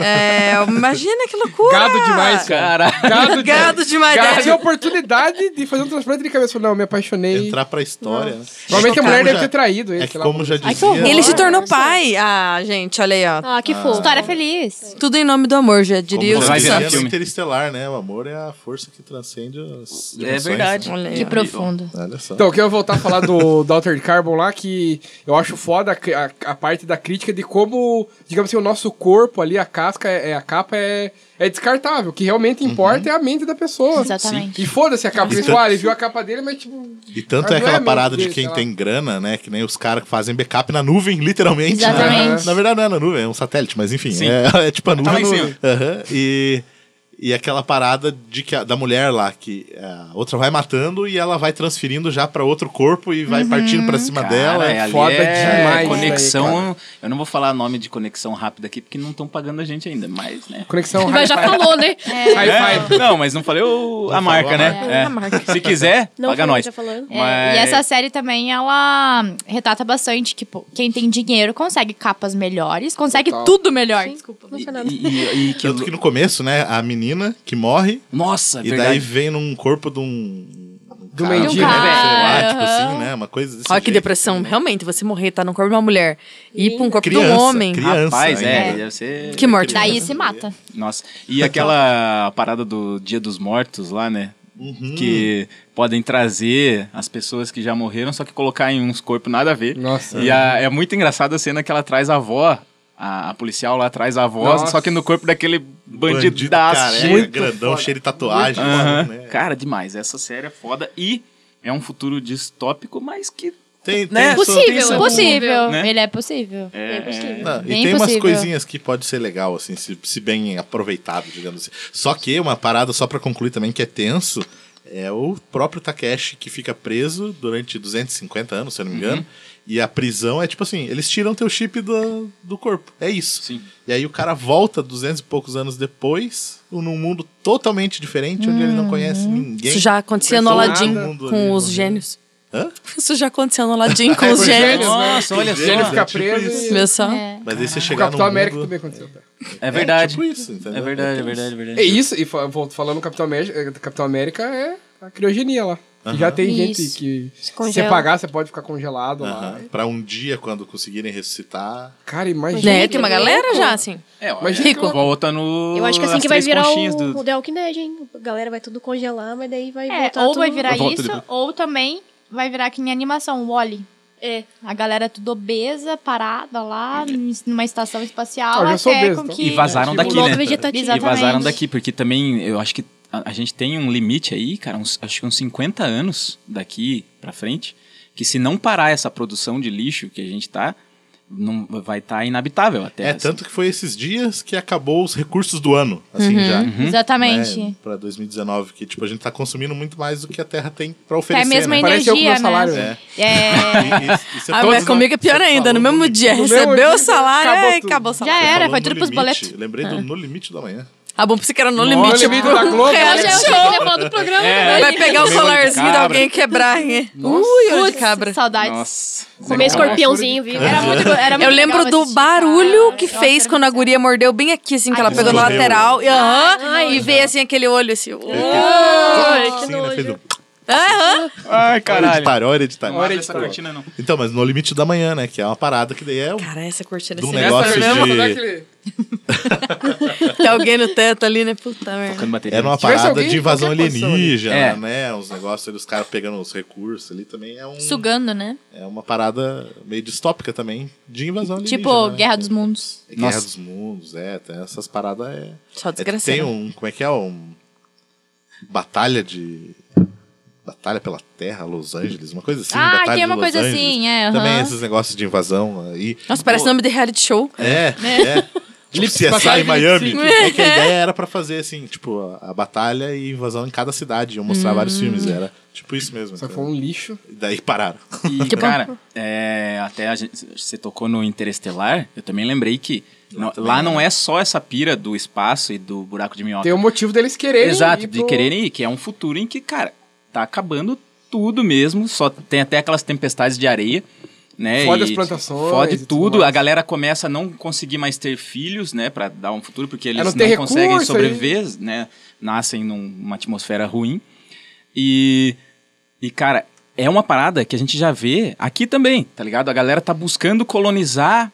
É, imagina que loucura!
Gado demais, cara.
Caralho.
Gado,
Gado demais! né?
Cara,
Gado
tive a oportunidade de fazer um transplante de cabeça. Falei, Não, me apaixonei.
Entrar pra história. né?
Provavelmente
É que
a mulher
como
deve
já-
ter traído ele,
É que
sei lá. assim.
como já
Ai, que
dizia...
horror.
Ele se tornou
Nossa.
pai. Ah, gente, olha aí, ó.
Ah, que fofo.
História feliz.
Tudo em nome do amor, já
como
diria o
já
Vai
Silvio
dizia
virar
no
Santos.
um filme.
Interestelar, né? O amor é a força que transcende as
É
dimensões,
verdade.
né?
Olha aí,
Que
ó.
profundo.
Olha só.
Então, eu quero voltar a falar do, do Altered Carbon lá, que eu acho foda a, a- a parte da crítica de como, digamos assim, o nosso corpo ali, a casca, é, é- a capa é, é descartável. O que
Uhum.
realmente importa é a mente da pessoa.
Exatamente.
E foda-se a capa.
Sim.
Porque, tipo, ah, ele viu a capa dele, mas tipo...
E tanto
Ah,
é
não é
aquela
meu
parada de
Deus,
quem
sei
tem grana, né? Que nem os caras que fazem backup na nuvem, literalmente. né?
Exatamente.
Na verdade não é na nuvem, é um satélite, mas enfim.
Sim.
É, é tipo a nuvem.
lá em
no-
cima.
Aham. e, e aquela parada de que a- da mulher lá, que é, a outra vai matando e ela vai transferindo já pra outro corpo e vai partindo pra cima dela.
é, ali
foda
é
demais isso
Conexão. eu não vou falar nome de conexão rápida aqui, porque não estão pagando a gente ainda, mas, né?
Conexão
Mas já falou, né?
high
É,
five.
não, mas não falei o- a
Não
marca,
falou a
né?
marca.
É.
A marca.
Se quiser,
Não
paga
falou,
nós.
já falou.
É,
Mas-
E essa série também, ela retrata bastante que pô, quem tem dinheiro consegue capas melhores, consegue
Total.
tudo melhor. Desculpa.
Não
E,
foi nada.
e- e- e que...
Tanto que no começo, né? A menina que morre
Nossa,
e
verdade.
daí vem num corpo de um.
Do
cara,
mendigo,
né,
né,
sei lá,
velho?
tipo assim, né? Uma coisa desse
Olha que
jeito.
depressão. Realmente, você morrer, tá no corpo de uma mulher e ir pra um corpo de
Criança,
um homem.
criança.
Rapaz, é,
ainda.
deve ser.
Que morte.
Daí se mata.
Nossa. E aquela parada do Dia dos Mortos lá, né?
Uhum.
Que podem trazer as pessoas que já morreram, só que colocar em uns corpos nada a ver.
Nossa.
E a- é muito engraçada a cena que ela traz a avó, a, a policial lá traz a avó,
Nossa.
só que no corpo daquele
Bandido,
bandidaço.
cara, é,
cheio-
grandão, cheio de tatuagem.
Aham.
né?
Cara, demais. Essa série é foda e é um futuro distópico, mas que.
Tem, tem
Né?
só-
Possível,
tem só-
Possível.
Né?
Ele é possível.
É, é,
Não, e
Bem
tem umas
possível.
coisinhas que pode ser legal, assim, se, se bem aproveitado, digamos assim. Só que uma parada, só pra concluir também, que é tenso, é o próprio Takeshi que fica preso durante 250 anos, se eu não me engano. E a prisão é tipo assim, eles tiram teu chip do, do corpo. É isso.
Sim.
E aí o cara volta 200 e poucos anos depois, num mundo totalmente diferente, onde ele não conhece ninguém.
Uhum. Isso já acontecia no
Todo
Aladdin
mundo ali,
com os
morrendo.
gênios.
Hã?
Isso já aconteceu no Aladdin
É
com os
Os
gênios.
gênios, né?
Nossa, olha
O gênio
só.
fica
tipo
preso
isso.
e...
Viu só?
É.
Mas aí você
O
chegar num
Capitão
mundo...
América também aconteceu. tá? cara.
É verdade.
É, tipo isso, entendeu?
É verdade, é
tenso.
verdade, é verdade.
É isso, e fa- vol- falando do Capitão América, eh, do Capitão América é a criogenia lá. Que já tem gente
Isso.
que se você
congela.
pagar, você pode ficar congelado lá.
Aham. Pra um dia, quando conseguirem ressuscitar.
Cara, imagina.
Né? Tem uma galera já, assim.
É, olha,
Mas
Rico.
Volta no.
Eu acho que assim
as
que vai
três
virar
conchinhas
o,
do-
o The Walking Dead, hein? A galera vai tudo congelar, mas daí vai
É,
voltar
ou
tudo...
vai virar
Eu volto
isso,
depois.
ou também vai virar que nem animação, o Wally.
É.
A galera tudo obesa, parada lá, num- numa estação
Ah, eu
espacial,
já
até
sou obeso,
com
então.
que...
E vazaram
O
daqui,
lobo
né?
vegetativo.
E
tipo, Exatamente.
vazaram daqui, porque também eu acho que a, a gente tem um limite aí, cara, uns, acho que uns 50 anos daqui pra frente, que se não parar essa produção de lixo que a gente tá, não, vai estar inabitável até.
É, tanto que foi esses dias que acabou os recursos do ano, assim, já.
Uhum. Exatamente.
Né, pra 2019, que tipo, a gente tá consumindo muito mais do que a Terra tem pra
Que é a
oferecer,
mesma
né?
Parece eu com
energia,
meu salário,
né?
né?
É,
E- e- e se
Ah,
todos
mas
não-
comigo é pior
você
ainda.
falou
No mesmo dia,
No mesmo
recebeu
dia,
o salário,
acabou
ai,
tudo.
acabou o salário.
já
Você
era,
falou
foi
no
tudo pros
limite.
boletos.
Lembrei do No Limite da Manhã.
Ah, bom, pra você que era no
No
limite.
Limite da Globo,
reality
né?
Hoje
show.
é o que levou do programa.
É.
né?
Vai pegar o
Olho de
colarzinho de
cabra.
alguém e quebrar, hein? Ui, olho de
Putz,
cabra.
Saudades.
Nossa.
Comer escorpiãozinho, viu?
Era muito, era muito
Eu lembro
legal
do
assistir,
barulho
cara.
que
Nossa,
fez
era
quando a
muito
guria mordeu bem aqui, assim, que ela
Ai,
pegou na
escorreu.
lateral. E, aham,
Ai,
e veio assim aquele olho assim.
Ai, que
Sim, né? Fez
nojo.
um
Aham.
Ai, caralho.
editar, hora editar.
Não abre
Hora
essa
editar.
cortina, não.
Então, mas No Limite da Manhã, né? Que é uma parada que daí é um
Cara, essa cortina
Do
assim.
negócio.
mesmo,
de-
né, aquele-
Tem alguém no teto ali, né? Puta merda.
Tocando bateria.
Era uma
tivesse
parada
alguém
de
em
invasão
qualquer posição ali.
alienígena,
É.
né? Os negócios ali, os caras pegando os recursos ali também é um.
Sugando, né?
É uma parada meio distópica também de invasão alienígena.
Tipo,
né?
Guerra dos Mundos.
Guerra
Nossa.
dos Mundos, é, tem essas paradas é.
Só
é
desgraça.
tem um. Como é que é? Um. Batalha de. Batalha pela Terra, Los Angeles, uma coisa assim.
Ah,
batalha
tem uma
de Los
coisa
Angeles.
assim, é, aham.
Também esses negócios de invasão aí.
Nossa, parece nome de reality show.
É, é. Tipo,
Elipse
CSI
Batalha
em
de
Miami.
Elipse.
É que a ideia era pra fazer, assim, tipo, a, a batalha e invasão em cada cidade. Iam mostrar vários filmes. Era tipo isso mesmo.
Só que foi
entendeu?
um lixo.
E daí pararam.
E,
Que bom.
cara, é, até a gente, você tocou no Interestelar, eu também lembrei que não- lá não é só essa pira do espaço e do buraco de minhoca.
Tem o motivo deles quererem.
Exato,
ir
de
pro-
quererem ir, que é um futuro em que, cara, tá acabando tudo mesmo, só tem até aquelas tempestades de areia, né?
Fode
e
as plantações
Fode
e tudo
tudo,
mais.
a galera começa a não conseguir mais ter filhos, né, Pra dar um futuro, porque eles
É, não
não,
ter recurso,
conseguem
aí-
sobreviver, né? Nascem num- numa atmosfera ruim. E e, cara, é uma parada que a gente já vê aqui também, tá ligado? A galera tá buscando colonizar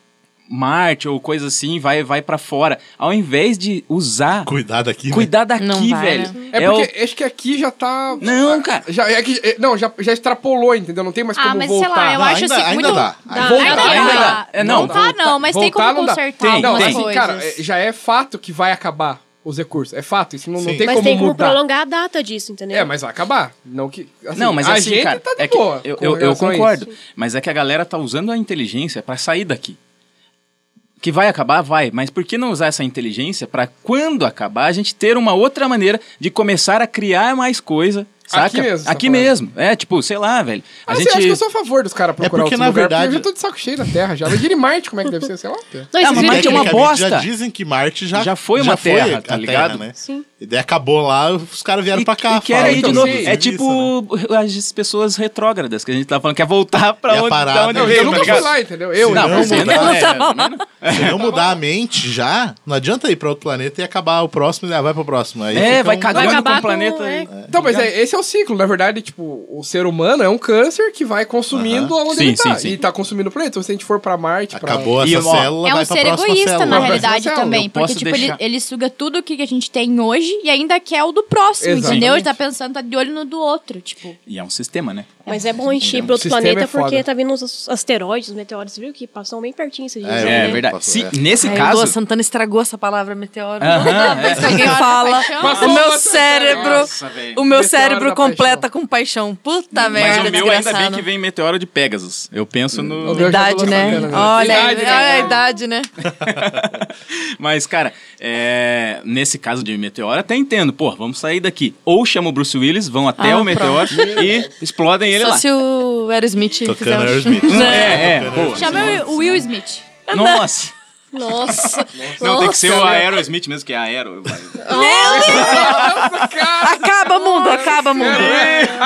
Marte ou coisa assim, vai vai para fora, ao invés de usar
Cuidado aqui, né?
Cuidar daqui,
Não vai, né?
velho.
É,
o-
porque acho que aqui já tá.
Não, cara.
Já, é que- é- não, já, já extrapolou, entendeu? Não tem mais como
Ah, mas
voltar.
sei lá, eu
Não,
acho
ainda-
assim,
ainda
muito...
dá. Ainda
Voltar,
dá,
ainda
ainda
Tá, dá. É,
tá,
não.
Voltar não, mas tem
voltar
como
não dá.
consertar
Tem,
Não,
algumas
mas assim,
coisas.
cara, é- já é fato que vai acabar os recursos. É fato, isso não, não
Sim.
tem
Mas
como
tem como
mudar.
prolongar a data disso, entendeu?
É, mas vai acabar. Não que. assim,
né? não, mas
a
assim,
gente
cara,
tá de
é que
boa.
eu,
com
eu, eu
relação a isso.
concordo, mas é que a galera tá usando a inteligência pra sair daqui. Que vai acabar, vai, mas por que não usar essa inteligência pra quando acabar a gente ter uma outra maneira de começar a criar mais coisa, saca?
Aqui mesmo, você tá
Aqui
falando.
mesmo. É, tipo, sei lá, velho. A
Mas
gente
assim, acho que eu sou a favor dos caras procurar
porque,
outro
na
lugar,
verdade-
porque eu já tô de saco cheio da Terra já. Imagina em Marte como é que deve ser, sei lá.
Não,
É,
esses
mas
vídeos
Marte é uma
que-
boa-
Tecnicamente, Já
bosta.
dizem que Marte já,
Já foi uma terra, tá
a
ligado?
né?
Sim.
E daí acabou lá, os caras vieram
E-
pra cá.
e querem
fala,
ir de
então,
novo.
inclusive,
É
isso, né?
tipo as pessoas retrógradas que a gente tá falando, quer voltar pra
E a
onde,
parada
tá onde
é
veio,
Ei,
Eu
tá
nunca fui
ligado?
lá, entendeu? Eu,
Não,
não
você
mudar,
não,
é,
tá bom.
Se não mudar a mente já, não adianta ir pra outro planeta e acabar o próximo e ah, vai pro próximo. Aí
É,
fica
vai
um-
Vai
cagando com
acabar
o
com-
planeta.
é.
Então, mas é, esse é o ciclo. Na verdade, tipo, o ser humano é um câncer que vai consumindo aonde
Sim,
ele tá.
sim, sim.
E tá consumindo o planeta. Então, se a gente for pra Marte,
Acabou
E,
essa
ó,
célula,
É um
vai pra
ser
próxima
egoísta,
célula.
Vai
na
pra
realidade,
próxima célula.
também.
Eu
Porque,
posso
tipo, ele,
deixar.
ele suga tudo o que a gente tem hoje e ainda quer o do próximo,
Exatamente.
entendeu? Ele tá pensando, tá de olho no do outro, tipo.
E é um sistema, né?
Mas é bom encher para outro
Sistema é
planeta porque
foda.
tá vindo os asteroides, os meteoros, viu? Que passam bem pertinho esses dias.
É,
né?
É, verdade.
Posso-
Se-
é.
Nesse
Aí o Lua
caso,
Santana estragou essa palavra meteoro.
Aham,
Toda vez que alguém fala,
Passou
o
uma
meu
paixão.
cérebro,
Nossa, velho.
o meu
Meteoro
cérebro
da
completa com paixão. Puta
Mas
merda,
o meu ainda
é desgraçado.
bem que vem meteoro de Pegasus. Eu penso no.
Deus.
Idade, né?
Idade, né?
Olha,
Idade,
olha
né?
a idade, né?
Mas, cara, é, nesse caso de meteoro, até entendo. Pô, vamos sair daqui. Ou chama o Bruce Willis, vão até
Ah,
o meteoro e explodem ele
Só
lá.
se o Aerosmith
Tocando
fizer um-
Aerosmith.
É, é, boa.
Chama o Will Smith.
Nossa.
Nossa.
Não, tem que ser o
Nossa.
Aerosmith mesmo, que é Aero.
Acaba mundo, acaba mundo.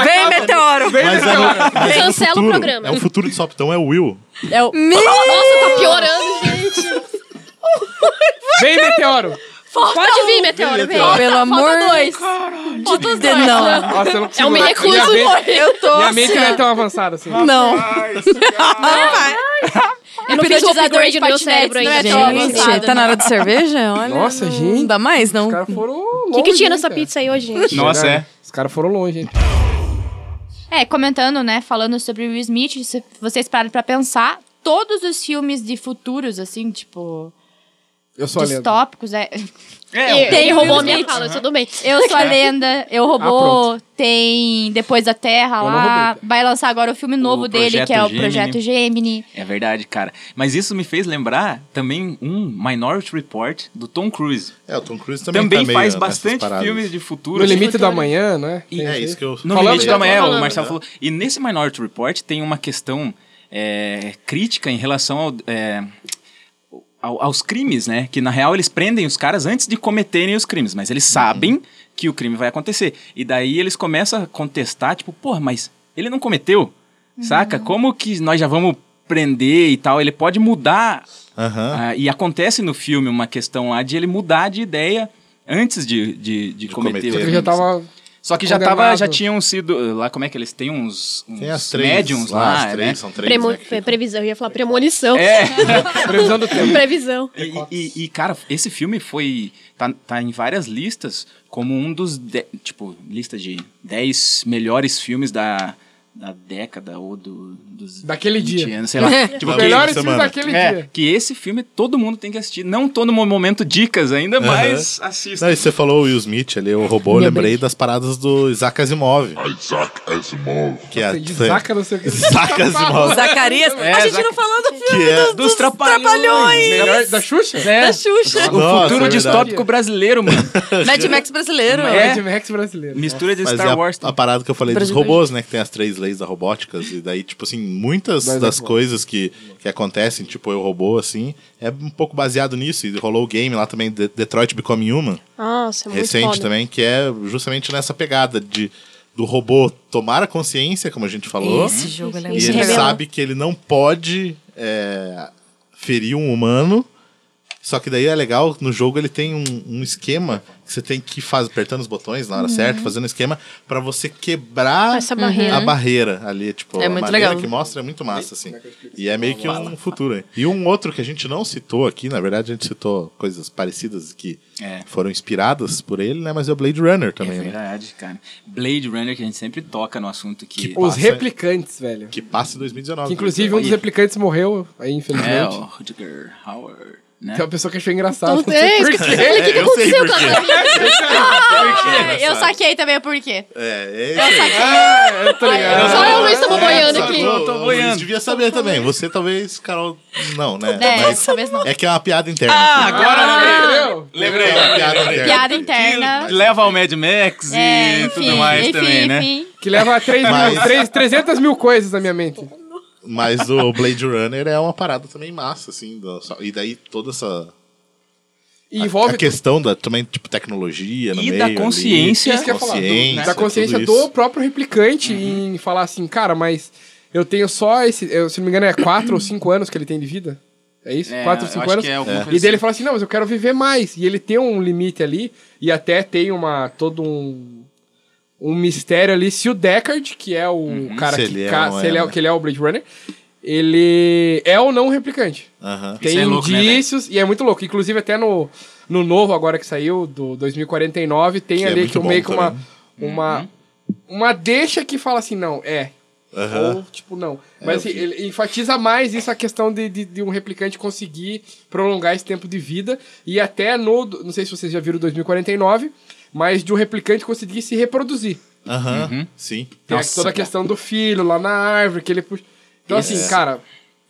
Vem, meteoro.
Mas é no- mas é no
Cancela o
futuro.
programa.
É um futuro de Soptão, é o Will.
É o...
Nossa, tá piorando, gente.
Vem, meteoro!
Pode vir, meteoro, vem.
Pelo amor
Falta dois.
de Deus, não.
Nossa, eu não
É
consigo
um me
mais.
recuso.
Minha mente-
Eu tô
Minha mente
assim,
não é
ó.
tão avançada assim.
Não. Não vai.
Eu não fiz o upgrade no meu cérebro
não é
ainda.
tão
gente.
avançado.
Gente, tá na hora de cerveja? Olha,
Nossa,
não
gente.
dá mais, não.
Os caras foram longe.
O que, que tinha
hein,
nessa
cara?
pizza aí hoje, gente?
Nossa, é.
Os caras foram longe, hein?
É, comentando, né, falando sobre o Will Smith, se vocês pararam pra pensar, todos os filmes de futuros, assim, tipo,
Eu sou a lenda.
distópicos, é,
É,
Tem
Ele
o
roubou a
Will
minha
Smith.
fala, tudo bem.
Eu Sou a Lenda, Eu Robô, tem Depois da Terra
Eu não
lá,
roubei, tá?
vai lançar agora o filme novo dele,
Projeto
que é o
Gemini.
Projeto Gemini.
É verdade, cara. Mas isso me fez lembrar também um Minority Report do Tom Cruise.
É, o Tom Cruise também,
Também,
tá meio
faz
nessas
bastante
paradas.
filmes de futuro.
No
assim.
limite do amanhã, né?
E-
É isso que eu...
No
Falamos
limite
já,
da manhã,
falamos
o Marcelo
já.
falou. E nesse Minority Report tem uma questão é, crítica em relação ao, é, ao- aos crimes, né? Que na real eles prendem os caras antes de cometerem os crimes, mas eles sabem que o crime vai acontecer. E daí eles começam a contestar, tipo, porra, mas ele não cometeu, saca?
Uhum.
Como que nós já vamos prender e tal? Ele pode mudar
Aham.
ah, e acontece no filme uma questão lá de ele mudar de ideia antes de, de, de cometer,
cometer.
o
Eu
crime.
já tava.
Só que já
condenado.
tava, já tinham sido lá como é que eles têm uns, uns
Tem as três.
médiums
lá,
lá,
as três,
né?
são três,
Premo-
né, que ficam.
Previsão, eu ia falar premonição.
É.
Previsão do tempo.
Previsão.
E, e- e, cara, esse filme foi tá, tá em várias listas como um dos de- tipo lista de 10 melhores filmes da da década ou do, dos.
Daquele
20
dia.
anos, sei lá.
Os
Tipo,
melhores
semana.
filmes daquele
É,
dia.
que esse filme todo mundo tem que assistir. Não tô no momento dicas ainda, mas assista.
Não, e você falou o Will Smith ali, o robô, eu lembrei das paradas do Isaac Asimov. Que é,
De Zaca, não sei o que.
Isaac Asimov.
Zacarias.
É,
a gente
Zac-
não falou do filme
Que é-
do-
Dos
dos,
Trapalhões.
Trapalhões.
Melhor da Xuxa?
É,
Da
Nossa,
Xuxa.
o futuro
é verdade.
distópico brasileiro, mano.
Mad Max brasileiro.
É.
Mad Max brasileiro.
Mistura de
Mas é
Star
a,
Wars.
a parada que eu falei
Brasil,
dos robôs, né? Que tem as três leis da robótica. E daí, tipo assim, muitas
Mas é
das
bom.
coisas que, que acontecem, tipo eu robô, assim, é um pouco baseado nisso. E rolou o game lá também, De- Detroit Become Human,
Nossa, é muito
recente
foda.
também, que é justamente nessa pegada de do robô tomar a consciência, como a gente falou.
Esse jogo ele é
E
Isso
ele
revela.
sabe que ele não pode é, ferir um humano. Só que daí é legal, no jogo ele tem um, um esquema que você tem que fazer apertando os botões na hora certa, fazendo esquema pra você quebrar
Uhum. Essa barreira.
a barreira ali, tipo,
É
a
muito
maneira
legal.
que mostra é muito massa assim. E é meio que um futuro. hein? E um outro que a gente não citou aqui, na verdade a gente citou coisas parecidas que
É.
foram inspiradas por ele, né, mas é o Blade Runner também,
É
né?
verdade, cara. Blade Runner, que a gente sempre toca no assunto que.
Os
Passa-
replicantes, velho.
Que passa em 2019.
Que, inclusive, um dos replicantes morreu, aí,
É,
infelizmente.
o Rutger Howard. Né?
Tem uma pessoa que achou engraçado.
Então, é,
por
esqueci.
quê.
Ele, o que, que
eu sei
aconteceu
por
com a
quê.
família?
É, Eu saquei também o porquê.
É, é
Eu
isso aí.
saquei.
É, tá ligado?
Só eu não estamos boiando
Sabe,
aqui.
o-
Eu tô
o
boiando.
Luiz devia saber também. Você talvez, Carol, não, né?
É,
Mas
talvez não.
é que é uma piada interna.
Ah, agora
né? Entendeu?
lembrei.
É uma
lembrei.
piada interna.
Piada
É,
interna.
Leva ao Mad Max
É,
e
enfim,
tudo mais
enfim,
também, né?
enfim.
Que leva a três
Mas-
mil, três- 300 mil coisas na minha mente.
Mas o Blade Runner é uma parada também massa, assim. do- só- E daí toda essa...
E envolve
A questão da, também, tipo, tecnologia no
E
meio
da
ali.
consciência.
Isso que eu ia falar, do-
Consciência,
da consciência
tudo isso. Uhum.
do próprio replicante em falar assim, cara, mas eu tenho só esse. eu- se não me engano, é 4 ou 5 anos que ele tem de vida. É isso?
É,
4 ou
eu
5
acho
anos.
que é alguma
e
coisa
daí ele
assim.
fala assim, não, mas eu quero viver mais. E ele tem um limite ali, e até tem uma. todo um. um mistério ali. Se o Deckard, que é o
Uhum.
cara
se
que,
ele é
ca-
ou
se ele é,
ela.
que ele é o Blade Runner, ele é ou não um replicante.
Aham.
Tem
Isso é louco, né,
indícios, e é muito louco. Inclusive, até no, no novo, agora que saiu, do 2049, tem
Que é
ali
muito
que um
bom
meio que uma,
também.
uma,
Uhum.
uma deixa que fala assim, não, é.
Aham.
Ou, tipo, não.
É,
Mas assim, ele enfatiza mais isso, a questão de, de, de um replicante conseguir prolongar esse tempo de vida. E até no. Não sei se vocês já viram o 2049, mas de um replicante conseguir se reproduzir.
Aham.
Uhum.
Sim.
Tem
Nossa,
toda a
cara.
questão do filho lá na árvore, que ele puxa. Então, assim, cara,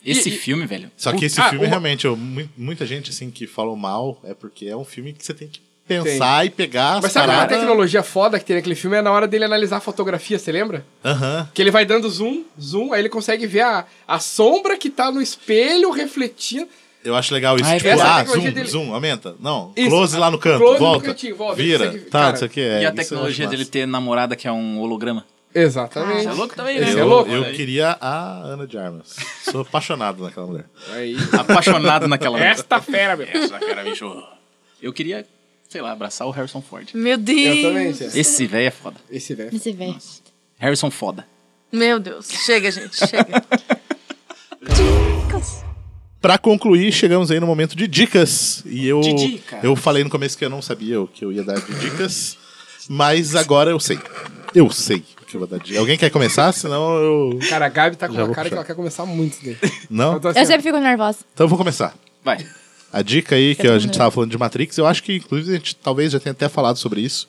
Esse
E- e-
filme, velho.
Só que esse
Ah,
filme,
uma-
realmente, eu- mu- muita gente, assim, que falou mal, é porque é um filme que você tem que pensar e pegar as
Mas sabe uma
paradas.
tecnologia foda que tem naquele filme? É na hora dele analisar a fotografia, você lembra?
Aham.
Que ele vai dando zoom, zoom, aí ele consegue ver a, a sombra que tá no espelho refletindo.
Eu acho legal isso.
Ah, é
tipo,
verdade.
ah,
Essa tecnologia
zoom,
dele-
zoom, aumenta. Não,
Isso,
close lá no canto,
close no
volta,
cantinho, volta,
Vira.
consegue-
tá,
cara,
isso aqui é.
e a
isso eu acho
tecnologia dele
massa.
ter namorada que é um holograma.
Exatamente.
Isso é louco também, né?
Esse
Eu,
é louco,
eu
né?
queria a Ana de Armas. Sou apaixonado naquela mulher.
Aí.
Apaixonado naquela
Esta fera, meu.
Essa cara, bicho. Eu queria, sei lá, abraçar o Harrison Ford.
Meu
Eu também,
Deus.
César.
Esse velho é foda.
Esse velho.
Você vê.
Harrison foda.
Meu Deus. Chega, gente. Chega.
Pra concluir, chegamos aí no momento de dicas. E eu,
De dica.
eu falei no começo que eu não sabia o que eu ia dar de dicas, mas agora eu sei. Eu sei o que eu vou dar de dica. Alguém quer começar? Senão eu.
Cara, a Gabi tá com
Já
uma
vou
cara que
puxar.
ela quer começar muito dele. tá assim,
Não?
tô
Eu sempre fico nervosa.
Então eu vou começar.
Vai.
A dica aí que a gente tava falando de Matrix, eu acho que inclusive a gente talvez já tenha até falado sobre isso,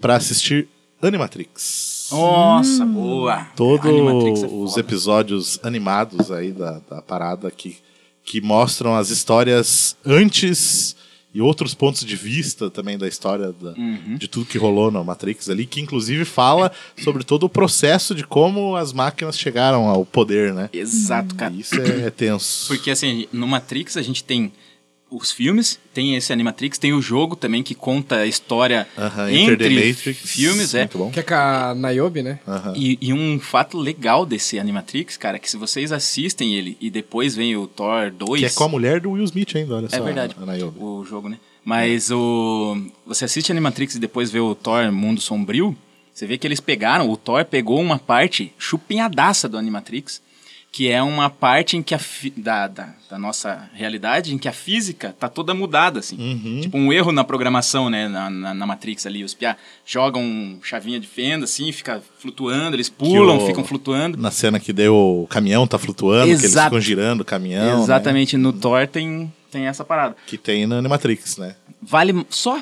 pra assistir Animatrix.
Nossa, boa.
Todos
Animatrix é
os
foda.
episódios animados aí da, da parada que, que mostram as histórias antes e outros pontos de vista também da história da-
Uhum.
de tudo que rolou na Matrix ali, que inclusive fala sobre todo o processo de como as máquinas chegaram ao poder, né?
Exato, cara.
E Isso é tenso.
Porque assim, no Matrix a gente tem os filmes, tem esse Animatrix, tem o jogo também que conta a história
Aham, Enter the
entre
Matrix,
filmes, é.
Muito bom.
Que é com a Nayobi, né?
E, e um fato legal desse Animatrix, cara, é que se vocês assistem ele e depois vem o Thor 2.
Que é com a mulher do Will Smith ainda, olha só.
É verdade.
A Niobe.
O jogo, né? Mas o. Você assiste Animatrix e depois vê o Thor Mundo Sombrio. Você vê que eles pegaram, o Thor pegou uma parte chupinhadaça do Animatrix, que é uma parte em que a fi- da, da, da nossa realidade em que a física tá toda mudada assim
Uhum.
tipo um erro na programação né na, na, na Matrix ali os piá jogam chavinha de fenda assim fica flutuando eles pulam
o-
ficam flutuando
Na cena que deu o caminhão tá flutuando, que eles
Exato.
ficam girando o caminhão. né?
exatamente no Thor tem tem essa parada
Que tem na Animatrix, né?
vale só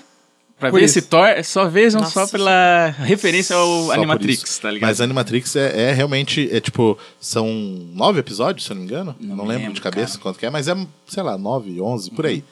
pra
Por
ver
isso.
esse Thor só vejam só
Nossa.
pela referência ao
Só por
Animatrix
isso.
tá ligado
Mas Animatrix é, é realmente, é tipo, são nove episódios, se eu não me engano. Não,
Não
lembro,
lembro,
de cabeça
cara. Uhum.
quanto que é, mas é, sei lá, nove, onze, por aí.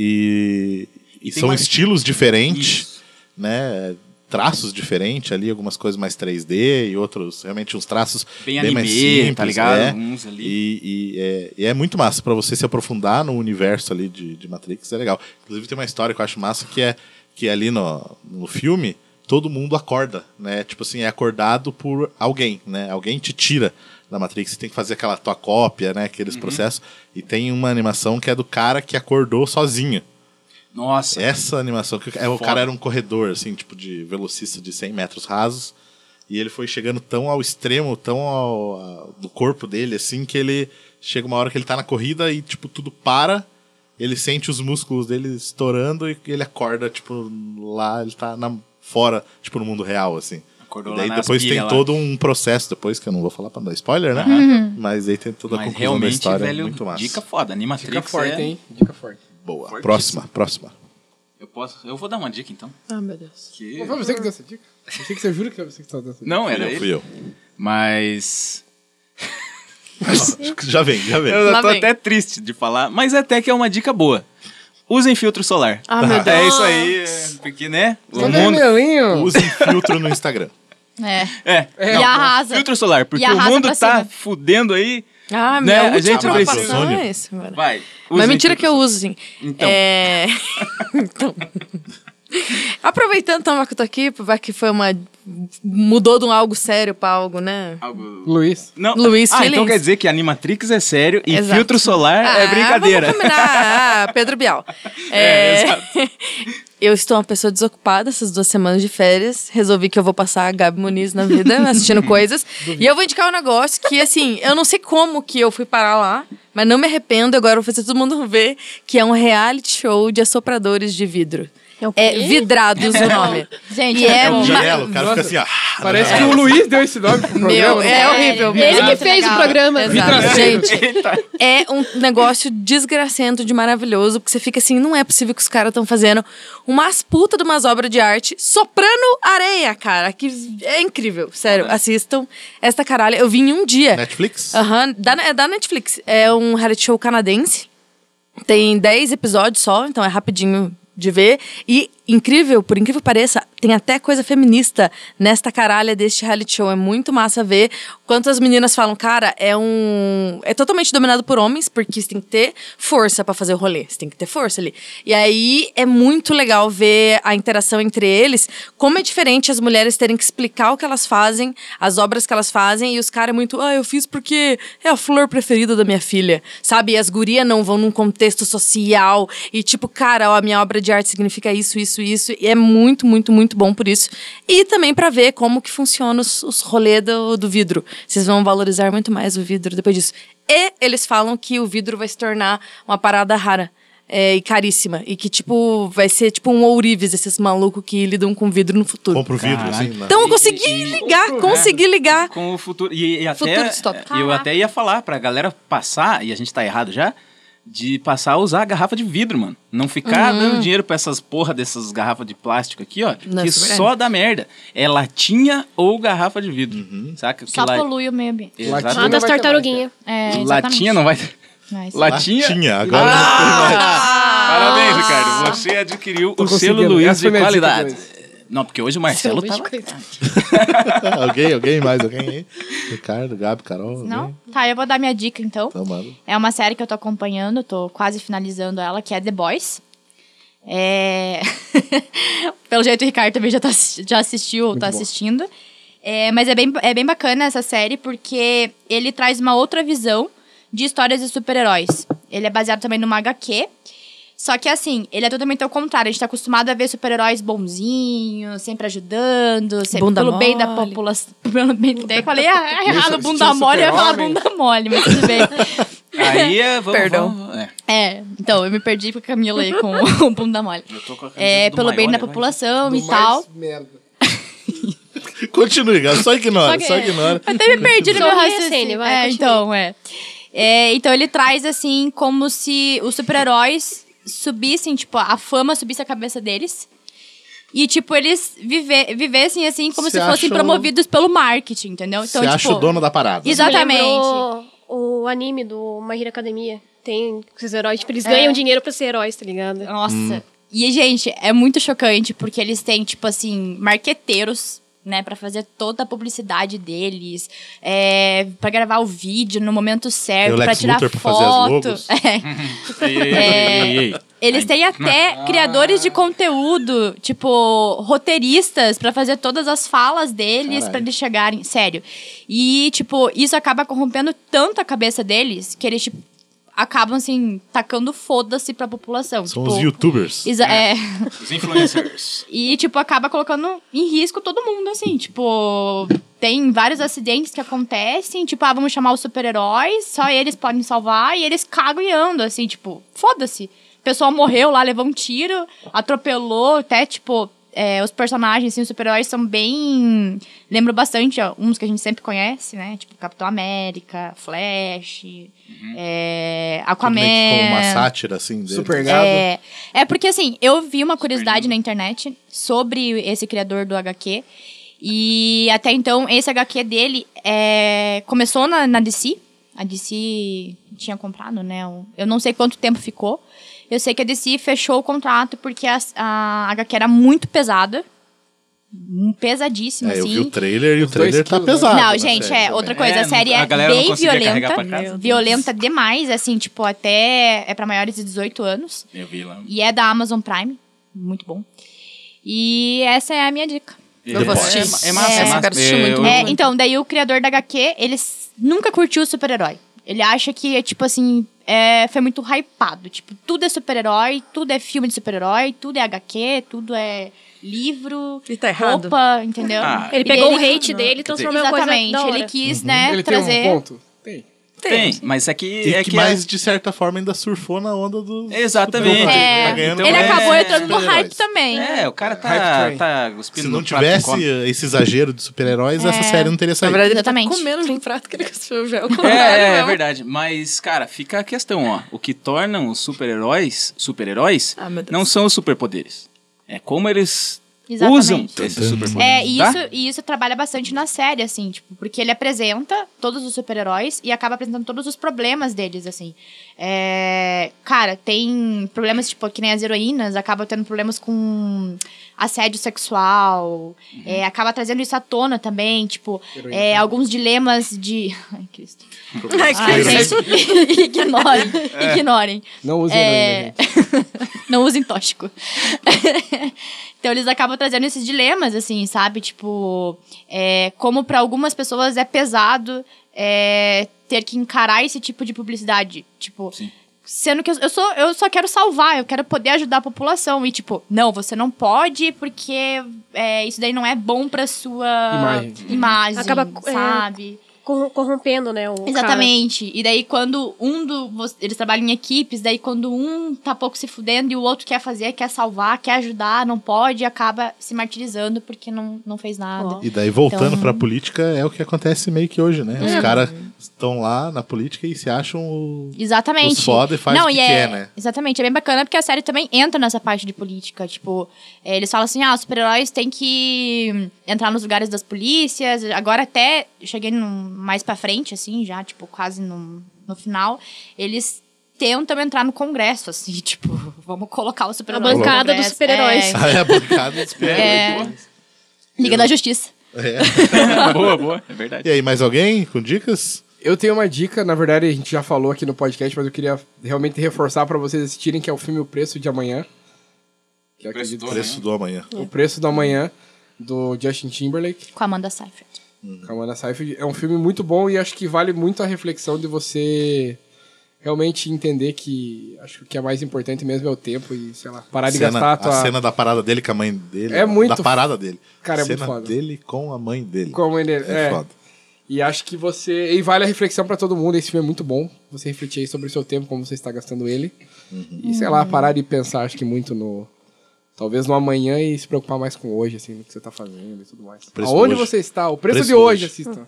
E, e
tem
são
mais-
estilos diferentes,
Isso.
né? Traços diferentes ali, algumas coisas mais 3D e outros, realmente uns traços
bem,
bem,
anime
mais simples,
tá ligado
né?
Uns ali
E, e é, e é muito massa pra você se aprofundar no universo ali de, de Matrix, é legal. Inclusive tem uma história que eu acho massa que é que ali no, no filme todo mundo acorda, né? Tipo assim, é acordado por alguém, né? Alguém te tira da Matrix, você tem que fazer aquela tua cópia, né? Aqueles
Uhum.
processos. E tem uma animação que é do cara que acordou sozinho.
nossa
Essa animação que é, o
Foda.
cara era um corredor assim, tipo de velocista de 100 metros rasos, e ele foi chegando tão ao extremo, tão ao, a- do corpo dele assim que ele chega uma hora que ele tá na corrida e tipo tudo para, ele sente os músculos dele estourando e ele acorda tipo lá, ele tá na fora, tipo no mundo real assim.
Acordou
e daí
lá nas
depois
pilha
tem
lá.
todo um processo depois que eu não vou falar pra não dar spoiler, né? Mas aí tem toda a
Mas
conclusão da
realmente,
história, é
velho,
muito massa.
dica foda. Animatrix
Dica forte,
é...
hein? Dica forte.
boa. Próxima, próxima.
Eu, posso... eu vou dar uma dica, então.
Ah, meu Deus.
que-
Não foi você que deu essa dica? Achei que você jura que foi você que tá dando essa dica.
Não, era
Fui eu,
ele.
fui eu.
Mas...
Já vem, já vem.
Eu
Lá
tô
vem.
até triste de falar, mas até que é uma dica boa. Usem filtro solar.
Ah, meu Deus.
É isso aí, é, porque, né? O
Tá
mundo...
vermelhinho.
Usem filtro no Instagram.
É.
É,
E
não,
arrasa.
Filtro solar, porque
E
o
arrasa
mundo
pra
tá
cima.
fudendo aí.
Ah,
Né,
minha
a
última
gente precisa.
preocupação
Sônia.
é essa, mano.
Vai.
Mas
usem
mentira
filtro
que eu uso, sim.
Então.
É... então. Aproveitando, então, já que eu tô aqui, vai que foi uma... Mudou de um algo sério pra algo, né?
Algo-
Luiz.
Não.
Luiz
ah, então
Feelings.
quer dizer que Animatrix é sério e
Exato.
filtro solar é
Ah,
brincadeira.
Vamos combinar. Ah, Pedro Bial.
É,
É,
exato.
eu estou uma pessoa desocupada essas duas semanas de férias. Resolvi que eu vou passar a Gabi Muniz na vida, assistindo coisas. E eu vou indicar um negócio que, assim, eu não sei como que eu fui parar lá, mas não me arrependo. Agora eu vou fazer todo mundo ver que é um reality show de assopradores de vidro.
É o quê?
É vidrados o nome.
Gente, um
E é
bom.
uma-
Janela, o cara fica assim, ó.
Parece que o Luiz deu esse nome pro programa.
Meu,
né?
é horrível.
Ele
mesmo.
que fez o programa.
Exato. Gente, é um negócio desgracento de maravilhoso, porque você fica assim, não é possível que os caras estão fazendo umas puta de umas obras de arte soprando areia, cara. Que é incrível, sério.
Uhum.
Assistam esta caralho. Eu vim em um dia.
Netflix?
Aham, da- é da Netflix. É um reality show canadense. Tem 10 episódios só, então é rapidinho de ver. E incrível, por incrível que pareça, tem até coisa feminista nesta caralha deste reality show. É muito massa ver quanto as meninas falam, cara, é um. É totalmente dominado por homens, porque você tem que ter força pra fazer o rolê. Você tem que ter força ali. E aí é muito legal ver a interação entre eles, como é diferente as mulheres terem que explicar o que elas fazem, as obras que elas fazem, e os caras é muito, ah, eu fiz porque é a flor preferida da minha filha. Sabe? E as gurias não vão num contexto social e tipo, cara, ó, a minha obra de arte significa isso, isso, isso. E é muito, muito, muito bom por isso. E também pra ver como que funciona os, os rolês do, do vidro. Vocês vão valorizar muito mais o vidro depois disso. E eles falam que o vidro vai se tornar uma parada rara é, e caríssima. E que, tipo, vai ser tipo um ourives, esses malucos que lidam com vidro no futuro.
Compra o vidro, assim. né?
Então eu consegui ligar, consegui ligar.
né? com o futuro. E, e até.
Futuro distópico.
Eu
Caraca.
até ia falar pra galera passar, e a gente tá errado já, de passar a usar a garrafa de vidro, mano. Não ficar
Uhum.
dando dinheiro pra essas porra dessas garrafas de plástico aqui, ó.
Não,
que
isso é verdade.
só dá merda. É latinha ou garrafa de vidro.
Uhum.
Saca? Que
Só
la-
polui o meio ambiente.
Exato.
Latinha
Mata as
vai ter
tartaruguinhas.
É, exatamente.
Latinha não vai.
Mas-
Latinha.
Tinha, agora não tem mais.
Parabéns,
Ah.
Ricardo. Você adquiriu o selo
conseguindo.
Luiz
Essa foi
de
minha dica,
qualidade.
Luiz.
Não, porque hoje o Marcelo
Luiz
tá
de
alguém, alguém mais, alguém aí? Ricardo, Gabi, Carol.
Não?
alguém?
Tá, eu vou dar minha dica então.
Tá
Então, mano.
É uma série que eu tô acompanhando, tô quase finalizando ela, que é The Boys. É... Pelo jeito, o Ricardo também já, tá, assi- já assistiu ou tá assistindo. É, mas é bem, é bem bacana essa série, porque ele traz uma outra visão de histórias de super-heróis. Ele é baseado também numa HQ. Só que assim, ele é totalmente ao contrário. A gente tá acostumado a ver super-heróis bonzinhos, sempre ajudando, sempre
Bunda
pelo bem da
mole.
população. Pelo bem... Daí eu falei, ah, é errado,
Isso,
bunda
estilo
mole, eu ia falar
super-homem.
bunda mole, mas tudo bem.
Aí é, vamos,
Perdão.
vamos- é,
É, então, eu me perdi com a Camila aí com o bunda mole.
eu tô com a camiseta
É,
do né?
pelo bem da
Maione, vai.
população
Do
e tal.
mais merda.
Continue, cara. Só ignora, só,
Só que- é. Então,
ignora.
Até me perdi no meu
Sorria,
raciocínio.
Sene, vai,
é,
continua.
então, é. É, Então ele traz, assim, como se os super-heróis subissem, tipo, a fama subisse a cabeça deles. E, tipo, eles vive- vivessem, assim, como
Você
se
acha
fossem
o-
promovidos pelo marketing, entendeu?
Você
Então, tipo...
acha o dono da parada.
Exa- Exatamente.
Me lembrou O anime do My Hero Academia. Tem esses heróis, tipo, eles ganham dinheiro pra ser heróis, tá ligado?
Nossa.
Hum.
E, gente, é muito chocante, porque eles têm, tipo assim, marqueteiros, né? Pra fazer toda a publicidade deles. É, pra gravar o vídeo no momento
Tem o
certo, pra
Lex
tirar
Luthor pra fazer as
foto.
logos?
É.
Ei, ei,
É.
ei, ei, ei.
Eles têm até criadores de conteúdo, tipo, roteiristas, pra fazer todas as falas deles,
Caralho.
pra eles chegarem. Sério. E, tipo, isso acaba corrompendo tanto a cabeça deles que eles, tipo, acabam, assim, tacando foda-se pra população.
São
tipo,
os youtubers.
exa- é.
Os influencers.
E, tipo, acaba colocando em risco todo mundo, assim. Tipo, tem vários acidentes que acontecem. Tipo, ah, vamos chamar os super-heróis, só eles podem salvar. E eles cagam e andam, assim, tipo, foda-se. O pessoal morreu lá, levou um tiro, atropelou, até, tipo... é, os personagens, assim, os super-heróis são bem... Lembro bastante, ó, uns que a gente sempre conhece, né? Tipo, Capitão América, Flash, é,
Uhum. Tudo
Aquaman...
meio que como uma sátira, assim, dele.
Super gado.
É, é porque assim, eu vi uma curiosidade na internet sobre esse criador do HQ. E até então, esse HQ dele é, começou na, na DC. A DC tinha comprado, né? o- Eu não sei quanto tempo ficou. Eu sei que a DC fechou o contrato porque a, a HQ era muito pesada. um- Pesadíssima,
É, eu
assim.
vi o trailer e o
dois
trailer tá
quilos, né?
pesado.
Não,
na
gente,
série
é
também.
outra coisa.
É,
a série
não- a
é
galera não
bem
conseguia carregar
violenta.
pra casa. né?
Violenta demais, assim, tipo, até é pra maiores de 18 anos.
Eu vi lá.
E é da Amazon Prime. Muito bom. E essa é a minha dica.
Eu
vou assistir.
É, é massa, é,
É,
massa.
eu quero assistir
É,
muito.
eu-
É, então, daí o criador da HQ, ele s- nunca curtiu o super-herói. Ele acha que é tipo assim. É, foi muito hypado. Tipo, tudo é super-herói, tudo é filme de super-herói, tudo é HQ, tudo é livro,
Ele tá errado.
roupa, entendeu?
Ah,
Ele
E
pegou o
ele-
hate dele e transformou em coisa
Exatamente.
da hora.
Ele quis, né,
Ele tem
trazer.
um ponto? Tem.
Tem, mas é que...
E
é
que,
que
mais, de certa forma, ainda surfou na onda do...
Exatamente.
do-
É,
tá ganhando
ele
mais
acabou
é,
entrando no hype
super-heróis.
também.
É, o cara
Hype
tá,
train.
tá
Se
cuspindo
não
no prato que
tivesse
come.
esse exagero de super-heróis, essa série não teria
Na
saído.
verdade,
Exatamente.
ele tá comendo um prato que ele cuspiu já.
É, é, é verdade. Mas, cara, fica a questão, ó. O que tornam os super-heróis super-heróis
Ah, meu Deus.
não são os superpoderes. É como eles
Exatamente.
usam esses superpoderes.
É, e
tá?
isso, e isso trabalha bastante na série, assim, tipo, porque ele apresenta todos os super-heróis e acaba apresentando todos os problemas deles, assim. É, cara, tem problemas, tipo, que nem as heroínas, acaba tendo problemas com assédio sexual, é, acaba trazendo isso à tona também, tipo, é, alguns dilemas de. Ai, Cristo. Ai, gente, ignorem, ignorem.
Não usa
É,
heroína, gente.
não usem tóxico. então eles acabam trazendo esses dilemas, assim, sabe? Tipo, é, como para algumas pessoas é pesado é, ter que encarar esse tipo de publicidade. Tipo,
Sim.
sendo que eu, eu sou, eu só quero salvar, eu quero poder ajudar a população. E tipo, não, você não pode porque é, isso daí não é bom pra sua
Imagem.
imagem,
Acaba, é,
sabe?
Corrom- Corrompendo, né? O cara.
Exatamente. E daí quando um do. vo- Eles trabalham em equipes, daí quando um tá pouco se fudendo e o outro quer fazer, quer salvar, quer ajudar, não pode, acaba se martirizando porque não, não fez nada.
E daí, voltando
Então-
pra política, é o que acontece meio que hoje, né? Os caras estão lá na política e se acham o...
Exatamente.
Os foda e faz o que
é,
quer, né?
Exatamente. É bem bacana porque a série também entra nessa parte de política. Tipo, eh, eles falam assim: ah, os super-heróis têm que entrar nos lugares das polícias. Agora, até cheguei num- mais pra frente, assim, já, tipo, quase no, no final. Eles tentam entrar no Congresso, assim, tipo, vamos colocar os super-heróis. no
bancada
Congresso.
dos super-heróis.
É,
Ah, é a bancada dos
É.
super-heróis.
Liga da Justiça.
É.
boa, boa. É verdade.
E aí, mais alguém com dicas?
Eu tenho uma dica, na verdade a gente já falou aqui no podcast, mas eu queria realmente reforçar pra vocês assistirem, que é o filme O Preço de Amanhã. Que eu
Preço
acredito
do
ser
Preço do amanhã.
O Preço do Amanhã, do Justin Timberlake.
Com a Amanda Seyfried.
com a Amanda Seyfried. É um filme muito bom e acho que vale muito a reflexão de você realmente entender que acho que o que é mais importante mesmo é o tempo e, sei lá, parar de
Cena-
gastar a tua...
a cena da parada dele com a mãe dele.
É muito
Da parada dele.
Cara, é
cena
muito foda.
dele com a mãe dele.
Com a mãe dele, é.
foda.
E acho que você. E vale a reflexão pra todo mundo. Esse filme é muito bom. Você refletir aí sobre o seu tempo, como você está gastando ele.
Uhum.
E sei lá, parar de pensar, acho que muito no. Talvez no amanhã e se preocupar mais com hoje, assim, no que você tá fazendo e tudo mais.
Preço
Aonde
hoje.
você está? O preço,
Preço
de hoje,
hoje.
assista.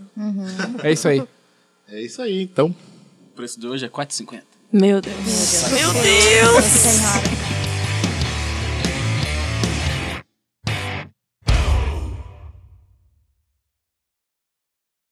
É isso aí.
É isso aí, então.
O preço de hoje é 4,50.
Meu Deus.
Meu Deus!